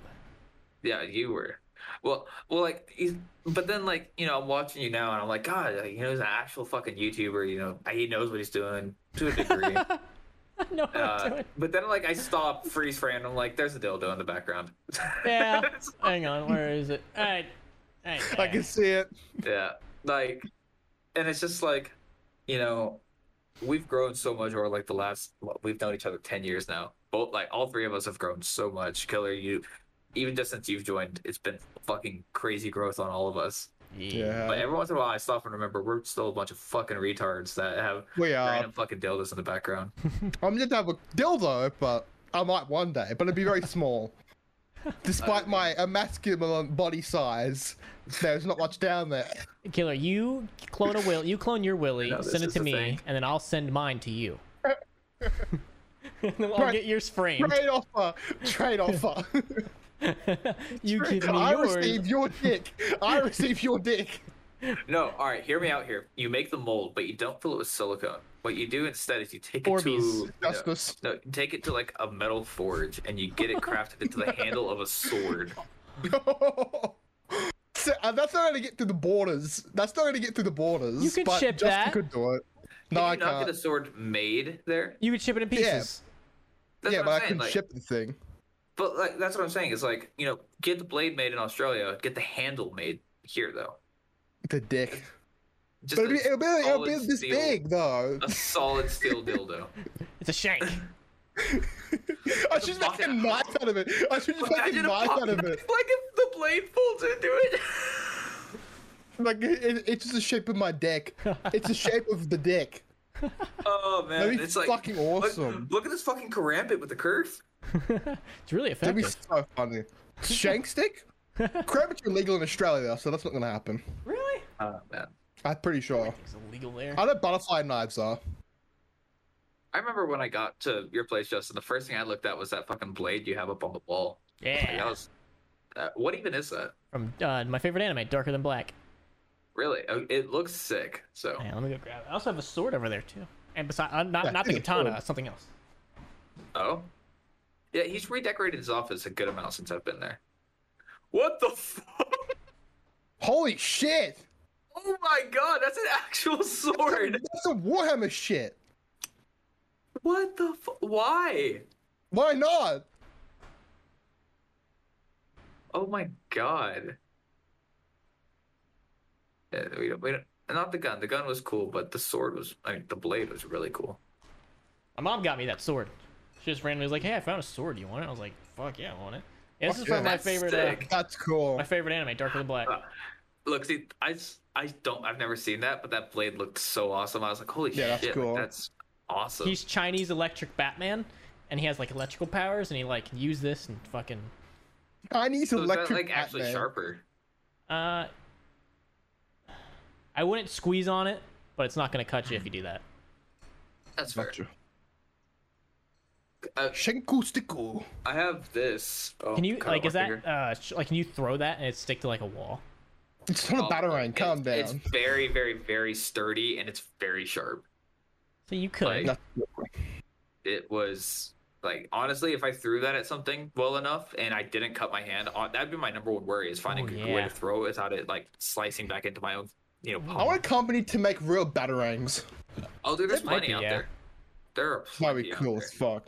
Yeah, you were. Well, well, like, you- but then, like, you know, I'm watching you now, and I'm like, God, like, you know, he's an actual fucking YouTuber. You know, he knows what he's doing to a degree. I know what I'm Uh, [LAUGHS] doing. but then like I stop, freeze frame, and I'm like, there's a dildo in the background. Yeah. Hang on, where is it? All right. All right. I can see it. yeah. Like and it's just like, you know, we've grown so much over like the last what, we've known each other ten years now. Both like all three of us have grown so much. Killer, you even just since you've joined, it's been fucking crazy growth on all of us. But Yeah. every once in a while I stop and remember we're still a bunch of fucking retards that have We are. random fucking dildos in the background. I'm gonna have a dildo, but I might one day, but it'd be [LAUGHS] very small. Despite my emasculate body size, there's not much [LAUGHS] down there. Killer, you clone a will. You clone your Willy, I know, send it this to is me, the thing. and then I'll send mine to [LAUGHS] you. and then I'll Right. get yours framed. Trade offer, trade offer. [LAUGHS] you [LAUGHS] give me I yours. receive your dick. [LAUGHS] I receive your dick. No, all right, hear me out here. You make the mold, but you don't fill it with silicone. What you do instead is you take it Orbeez. to no, Justice. no, you take it to like a metal forge, and you get it [LAUGHS] crafted into the handle of a sword. [LAUGHS] So, uh, that's not gonna get through the borders. That's not gonna get through the borders. You could but ship Justin that. could do it. No, Did I you not can't. get a sword made there? You could ship it in pieces. That's yeah, what but I'm I saying. can like, ship the thing. But like, that's what I'm saying. It's like you know, get the blade made in Australia. Get the handle made here though. The dick. Just But it'll be, a it'll be, it'll be solid this steel- big, though. A [LAUGHS] solid steel dildo. It's a shank. [LAUGHS] I should make a pocket. knife out of it. I should just make a Imagine a knife pocket out of knife, it. [LAUGHS] Like if the blade folds into it. [LAUGHS] Like it, it- it's just the shape of my dick. It's [LAUGHS] the shape of the dick. Oh man, That'd be it's like fucking look- awesome. Look, at this fucking karambit with the curve. it's really That'd be effective. so funny. Shank stick? Crabbits are illegal in Australia, so that's not gonna happen. Really? Oh man, I'm pretty sure. It's illegal there. I know butterfly knives are. I remember when I got to your place, Justin. The first thing I looked at was that fucking blade you have up on the wall. Like, I yeah. was, uh, what even is that? From uh, my favorite anime, Darker Than Black. Really, Uh, it looks sick. So Yeah, let me go grab it. I also have a sword over there too, and besides, uh, not Yeah, not the it's a sword. katana, something else. oh, Yeah, he's redecorated his office a good amount since I've been there. What the fuck? Holy shit! [LAUGHS] Oh my god, that's an actual sword. That's some Warhammer shit. What the fu- Why? Why not? Oh my god. Yeah, we don't, we don't, not the gun. The gun was cool, but the sword was, I mean, the blade was really cool. My mom got me that sword. She just randomly was like, "Hey, I found a sword. You want it?" I was like, "Fuck yeah, I want it." Yeah, this Fuck is from yeah, my that's favorite, uh, sick. That's cool. my favorite anime, Darker Than Black. Look, see, I, s- I don't, I've never seen that, but that blade looked so awesome. I was like, holy Yeah, that's shit, like, cool. that's awesome. He's Chinese electric Batman, and he has like electrical powers, and he like can use this and fucking. Chinese so is that, electric like, actually Batman. sharper? Uh, I wouldn't squeeze on it, but it's not gonna cut you if you do that. That's fair. Gotcha. Uh, Shenku Stiku. I have this. Oh, Can you cut like off is my that finger. uh sh- like can you throw that and it stick to like a wall? It's Oh, not a battle ring. oh, It's- Calm It's down. very, very, very sturdy and it's very sharp. So you could. Like- That's It was like honestly, if I threw that at something well enough and I didn't cut my hand, on that'd be my number one worry is finding Oh, a good way yeah. to throw it without it like slicing back into my own, you know. I Palm. want a company to make real batarangs. Oh, dude, there's That might plenty be, out yeah. there. There are That would plenty be out cool there. as fuck.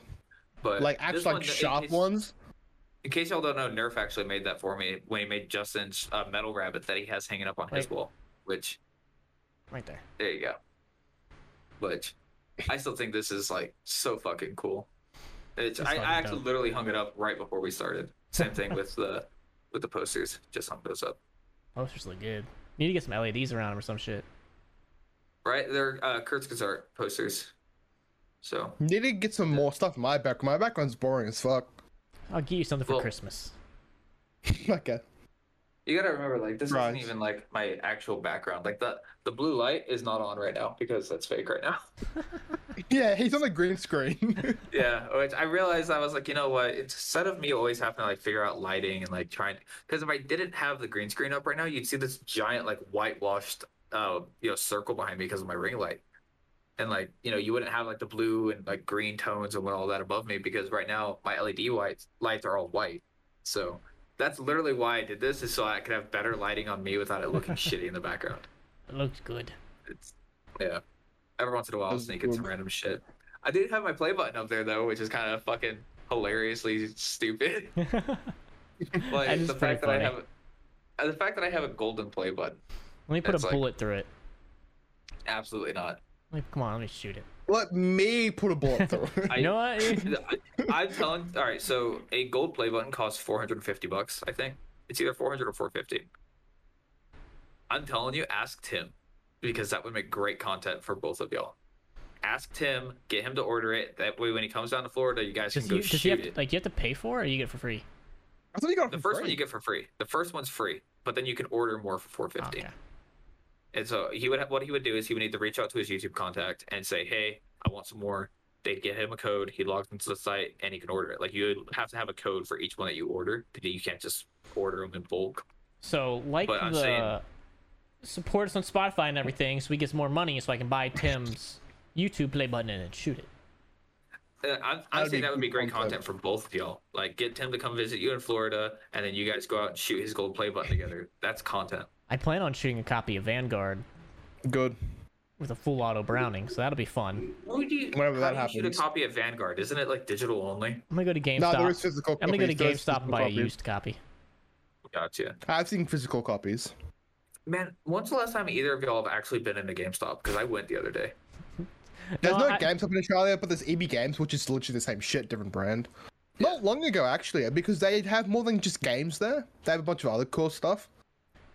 But Like actual this one, like in sharp case- ones. In case y'all don't know, Nerf actually made that for me when he made Justin's uh, metal rabbit that he has hanging up on his Wait. wall. Which Right there. there you go. Which I still think this is like so fucking cool. It's, That's I, fucking I actually dope. literally hung it up right before we started. Same thing [LAUGHS] with the with the posters. Just hung those up. Posters look good. You need to get some LEDs around them or some shit. Right? They're uh, Kurtzkazart posters. So Need to get some more stuff in my background. My background's boring as fuck. [LAUGHS] I'll get you something for Well- Christmas. okay. you gotta remember, like this Right. isn't even like my actual background. Like the the blue light is not on right now because that's fake right now. Yeah, he's on the green screen. [LAUGHS] Yeah, which I realized I was like, you know what? Instead of me always having to like figure out lighting and like trying, because if I didn't have the green screen up right now, you'd see this giant like whitewashed, uh, you know, circle behind me because of my ring light, and like you know, you wouldn't have like the blue and like green tones and what all that above me because right now my LED lights lights are all white, so that's literally why I did this is so I could have better lighting on me without it looking shitty in the background. It looked [LAUGHS] good. It's yeah. Every once in a while, I'll Those sneak in some were- random shit. I did have my play button up there though, which is kind of fucking hilariously stupid. [LAUGHS] Let That like is the pretty fact that I funny. have, uh, the fact that I have a golden play button, me put That's a like- bullet through it. absolutely not. [LAUGHS] Let me- come on, let me shoot it. Let me put a bullet through. [LAUGHS] it. I- You know what? [LAUGHS] dude? I- I'm telling. All right, so a gold play button costs 450 bucks. I think it's either 400 or 450. I'm telling you, ask Tim, because that would make great content for both of y'all. Ask Tim, get him to order it. That way, when he comes down to Florida, you guys Does, can go you, does shoot you have it. to, like you have to pay for it or you get it for free? I thought you got it The for first one free. you get for free. The first one's free, but then you can order more for four fifty. Okay. And so he would have, what he would do is he would need to reach out to his YouTube contact and say, "Hey, I want some more." They'd get him a code. He logs into the site and he can order it. Like you have to have a code for each one that you order. You can't just order them in bulk. So like But I'm the saying- support us on Spotify and everything, so we get some more money, so I can buy Tim's YouTube play button and then shoot it. Uh, I'm, I'm would be saying that would be good great content. content for both of y'all. Like get Tim to come visit you in Florida, and then you guys go out and shoot his gold play button together. That's content. I plan on shooting a copy of Vanguard Good. with a full auto Browning, so that'll be fun. Who do you? Whenever that how do you shoot happens. a copy of Vanguard? Isn't it like digital only? I'm gonna go to GameStop. No, there is physical I'm gonna go to copies, there is GameStop and physical buy a copies. used copy. Gotcha. I've seen physical copies. Man, when's the last time either of y'all have actually been into GameStop? Because I went the other day. There's No, no, I- games up in Australia, but there's EB Games, which is literally the same shit, different brand. Not long ago, actually, because they have more than just games there. They have a bunch of other cool stuff.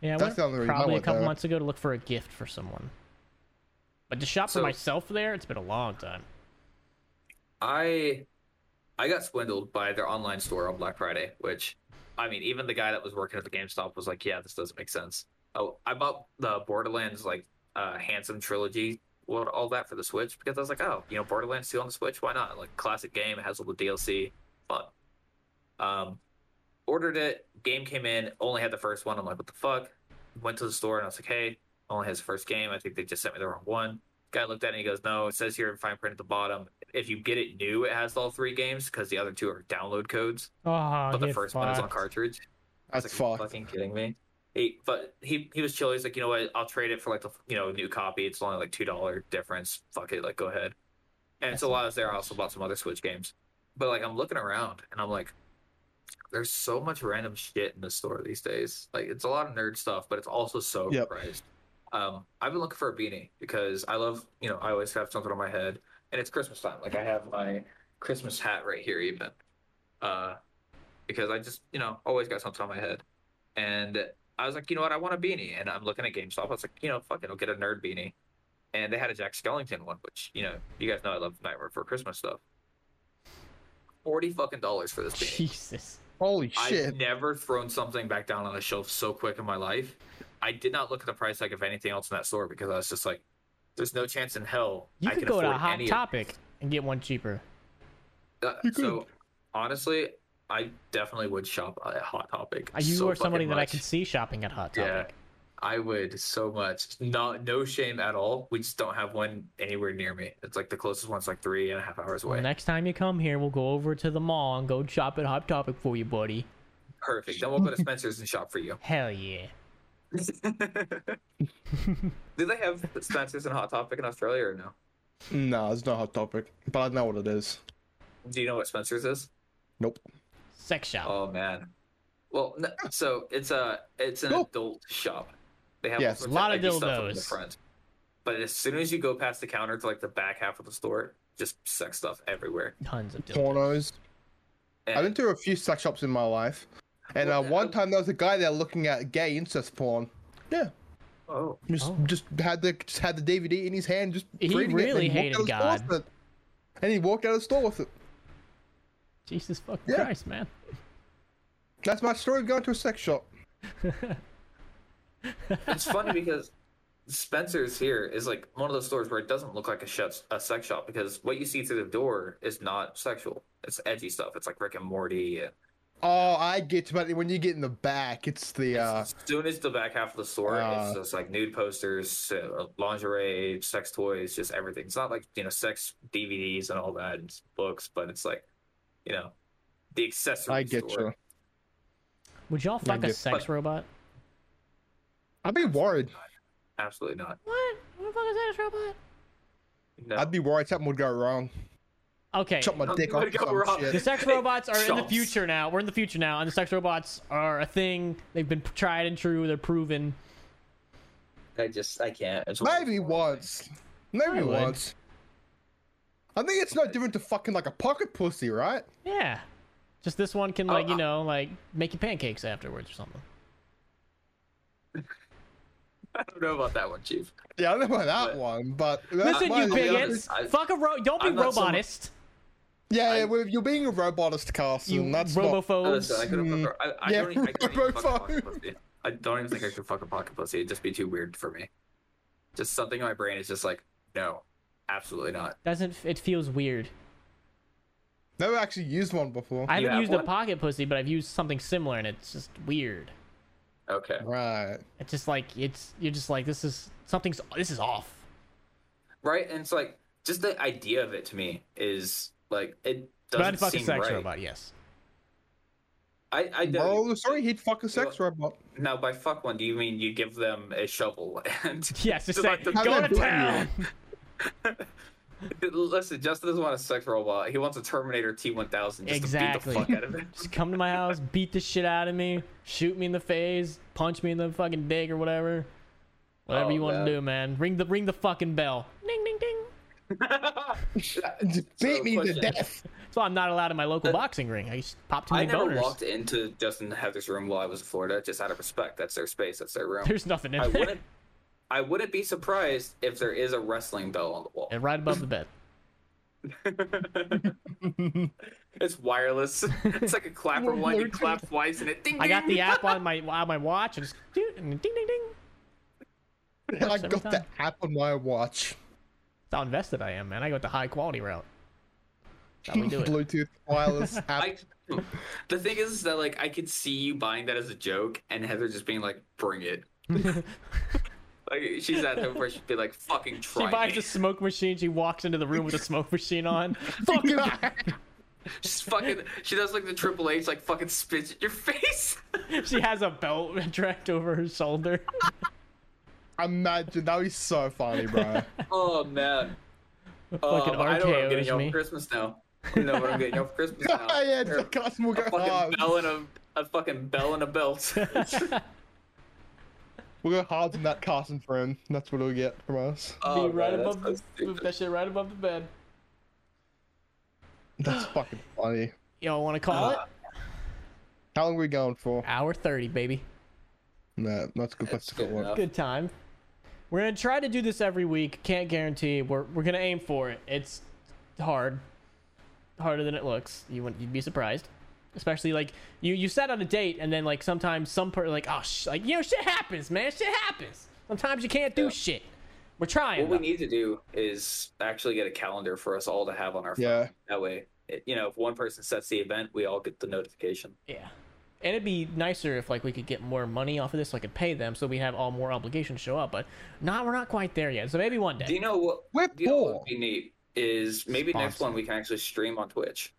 Yeah, I That's went the only reason I probably a went couple there. months ago to look for a gift for someone. But to shop So- for myself there, it's been a long time. I I got swindled by their online store on Black Friday, which I mean, even the guy that was working at the GameStop was like, "Yeah, this doesn't make sense." Oh, I bought the Borderlands like uh, Handsome Trilogy, what all that for the Switch because I was like, "Oh, you know, Borderlands 2 on the Switch, why not?" Like classic game, it has all the DLC, fun. Um, ordered it. Game came in, only had the first one. I'm like, "What the fuck?" Went to the store and I was like, "Hey, only has the first game. I think they just sent me the wrong one." Guy looked at it and he goes, "No, it says here in fine print at the bottom. If you get it new, it has all three games because the other two are download codes, Oh, but the get first one is on fucked. cartridge." I was That's like, "Are you fucked. Fucking kidding me. He, but he he was chill. He's like, you know what? I'll trade it for like the you know new copy. It's only like two dollar difference. Fuck it. Like go ahead. And so while I was there, I also bought some other Switch games. But like I'm looking around and I'm like, there's so much random shit in the store these days. Like it's a lot of nerd stuff, but it's also so Yep. overpriced. Um, I've been looking for a beanie because I love you know I always have something on my head, and it's Christmas time. Like I have my Christmas hat right here even. Uh, because I just, you know, always got something on my head. And I was like, you know what, I want a beanie. And I'm looking at GameStop. I was like, you know, fuck it, I'll get a nerd beanie. And they had a Jack Skellington one, which, you know, you guys know I love Nightmare for Christmas stuff. Forty fucking dollars for this beanie. Jesus. Holy I've shit. never thrown something back down on a shelf so quick in my life. I did not look at the price tag of anything else in that store because I was just like, there's no chance in hell You I could can go to afford Hot any of Topic and get one cheaper. Uh, You so honestly, I definitely would shop at Hot Topic. Uh, You so are somebody fucking that I much. can see shopping at Hot Topic. Yeah, I would so much. Not no shame at all. We just don't have one anywhere near me. It's like the closest one's like three and a half hours away. Next time you come here, we'll go over to the mall and go shop at Hot Topic for you, buddy. Perfect. Then we'll go to Spencer's and shop [LAUGHS] for you. [LAUGHS] Hell yeah. Do they have Spencer's and Hot Topic in Australia or no? No, it's not a hot topic, but I know what it is. Do you know what Spencer's is? Nope. Sex shop. Oh man. Well, no, so it's a it's an Cool. adult shop. They have Yes, all sorts lot of edgy stuff up in the dildos. front. But as soon as you go past the counter to like the back half of the store, just sex stuff everywhere. Tons of dildos. Pornos. And I've been to a few sex shops in my life, and uh, Well, one uh, time there was a guy there looking at gay incest porn. Yeah, oh, just Oh. just had the just had the DVD in his hand, just He reading it, and really walked out of hated the store God. with it. And he walked out of the store with it. Jesus fucking Yeah. Christ, man. That's my story of going to a sex shop. it's funny because Spencer's here is like one of those stores where it doesn't look like a shut a sex shop because what you see through the door is not sexual. It's edgy stuff. It's like Rick and Morty. And Oh, I get to, but when you get in the back, it's the uh, as soon as the back half of the store, Uh. it's just like nude posters, uh, lingerie, sex toys, just everything. It's not like you know sex DVDs and all that and books, but it's like you know the accessory. uh, I get store. you. Would y'all fuck a get- sex But- robot? I'd be worried. Absolutely not. What? What the fuck is that, a robot? No. I'd be worried something would go wrong. Okay. Chop my Nothing dick off. would or go some wrong. shit. The sex robots are in the Chomps. future now. We're in the future now, and the sex robots are a thing. They've been tried and true. They're proven. I just I can't. It's one of those Maybe things. once. Maybe I would. once. I think it's no different to fucking like a pocket pussy, right? Yeah. Just this one can, Oh, like, you I- know, like make you pancakes afterwards or something. I don't know about that one, Chief. Yeah, I don't know about that But- one, but that Listen, one- you bigots. honest, I- Fuck a ro. Don't be I'm not so much- robotist. Yeah, I- yeah, well, you're being a robotist, you Carson. That's not. robophobes. Listen, I couldn't Mm, fuck. a- I, I yeah, don't, even- [LAUGHS] I couldn't even fuck a pocket robophobe. pussy. I don't even think I could fuck a pocket pussy. It'd just be too weird for me. Just something in my brain is just like, no, absolutely not. Doesn't it feels weird? Never actually used one before. I haven't have used a one? pocket pussy, but I've used something similar, and it's just weird. Okay. Right. It's just like it's you're just like this is something's this is off. Right? And it's like, just the idea of it to me is like, it But I'd doesn't fuck a seem sex right. robot. Yes. [LAUGHS] I, I don't. Moral of the story, he'd fuck a sex [LAUGHS] robot. Now, by fuck one, do you mean you give them a shovel [LAUGHS] and. Yes. Just say Like the- I'm go not to doing town. [LAUGHS] Listen, Justin doesn't want a sex robot. He wants a Terminator T1000 just Exactly. to beat the fuck out of [LAUGHS] it. Just come to my house, beat the shit out of me, shoot me in the face, punch me in the fucking dick or whatever. Whatever Oh, you want man. to do, man. Ring the ring the fucking bell. Ding ding ding. Just Beat me to question. [LAUGHS] death. [LAUGHS] That's why I'm not allowed in my local boxing ring. I just pop too I many never boners. walked into Justin Heather's room while I was in Florida, just out of respect. That's their space. That's their room. [LAUGHS] There's nothing in I there. wouldn't. I wouldn't be surprised if there is a wrestling bell on the wall. And right above the bed. [LAUGHS] It's wireless. It's like a clapper one. You clap twice and it ding. I got ding. the app on my on my watch and just dude and ding ding ding. I every got the time. app on my watch. That's how invested I am, man. I go with the high quality route. That's how [LAUGHS] [LAUGHS] we do it. Bluetooth wireless app. [LAUGHS] I, the thing is [LAUGHS] that like I could see you buying that as a joke, and Heather just being like, "Bring it." Like she's at the where she'd be like, fucking She try buys me. a smoke machine. She walks into the room with a smoke machine on. [LAUGHS] Fucking [LAUGHS] She's fucking. She does like the Triple H, like fucking spits at your [LAUGHS] face. She has a belt [LAUGHS] dragged over her [LAUGHS] shoulder. Imagine that would be so funny, [LAUGHS] bro. oh [LAUGHS] man. Oh, Fucking I know what I'm getting RKO's y'all me. for Christmas now. I know what I'm getting y'all for [LAUGHS] Christmas now. [LAUGHS] yeah, They're the customer a go fucking hard. bell and a, a fucking bell and [LAUGHS] a belt. We'll go hard in that Carson for him. That's what he'll get from us. oh, Be right man, above that's the, so move stupid. that shit right above the bed. That's fucking funny. Y'all want to call it? Uh, How long are we going for? Hour thirty, baby. Nah, that's good. That's a good good one. enough. Good time. We're gonna try to do this every week. Can't guarantee. We're we're gonna aim for it. It's hard, harder than it looks. You wouldn't you'd be surprised, especially like you you set on a date and then like sometimes some part like oh sh- like you know shit happens, man. Shit happens. Sometimes you can't do Yeah. shit. We're trying. What we though. need to do is actually get a calendar for us all to have on our phone. Yeah. That way, it, you know, if one person sets the event, we all get the notification. Yeah. And it'd be nicer if like we could get more money off of this, so I could pay them, so we have all more obligations show up. But not, we're not quite there yet. So maybe one Do day. you know what? We're do you know what poor. would be neat is maybe next Sponsor. one we can actually stream on Twitch.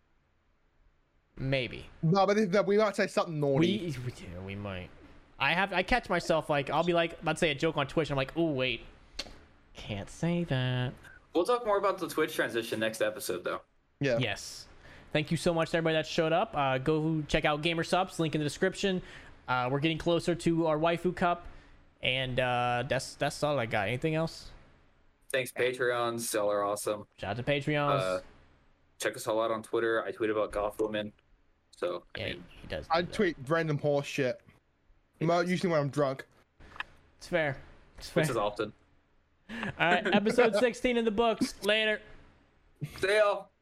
Maybe No, but if- we might say something naughty. we, we [LAUGHS] yeah, we might. I have I catch myself like I'll be like about to say a joke on Twitch. And I'm like, oh wait, can't say that. We'll talk more about the Twitch transition next episode, though. yeah. Yes. Thank you so much to everybody that showed up. Uh, go check out Gamer Subs, link in the description. Uh, we're getting closer to our waifu cup, and uh, that's that's all I got. Anything else? Thanks, Patreons. Y'all are awesome. Shout out to Patreons. Uh, Check us all out on Twitter. I tweet about Goth Woman. So, I yeah, he, mean, he does. do I that. tweet random horse shit. Mo- Usually when I'm drunk. It's fair. It's fair. this is often. All right, episode 16 in the books. Later. See y'all.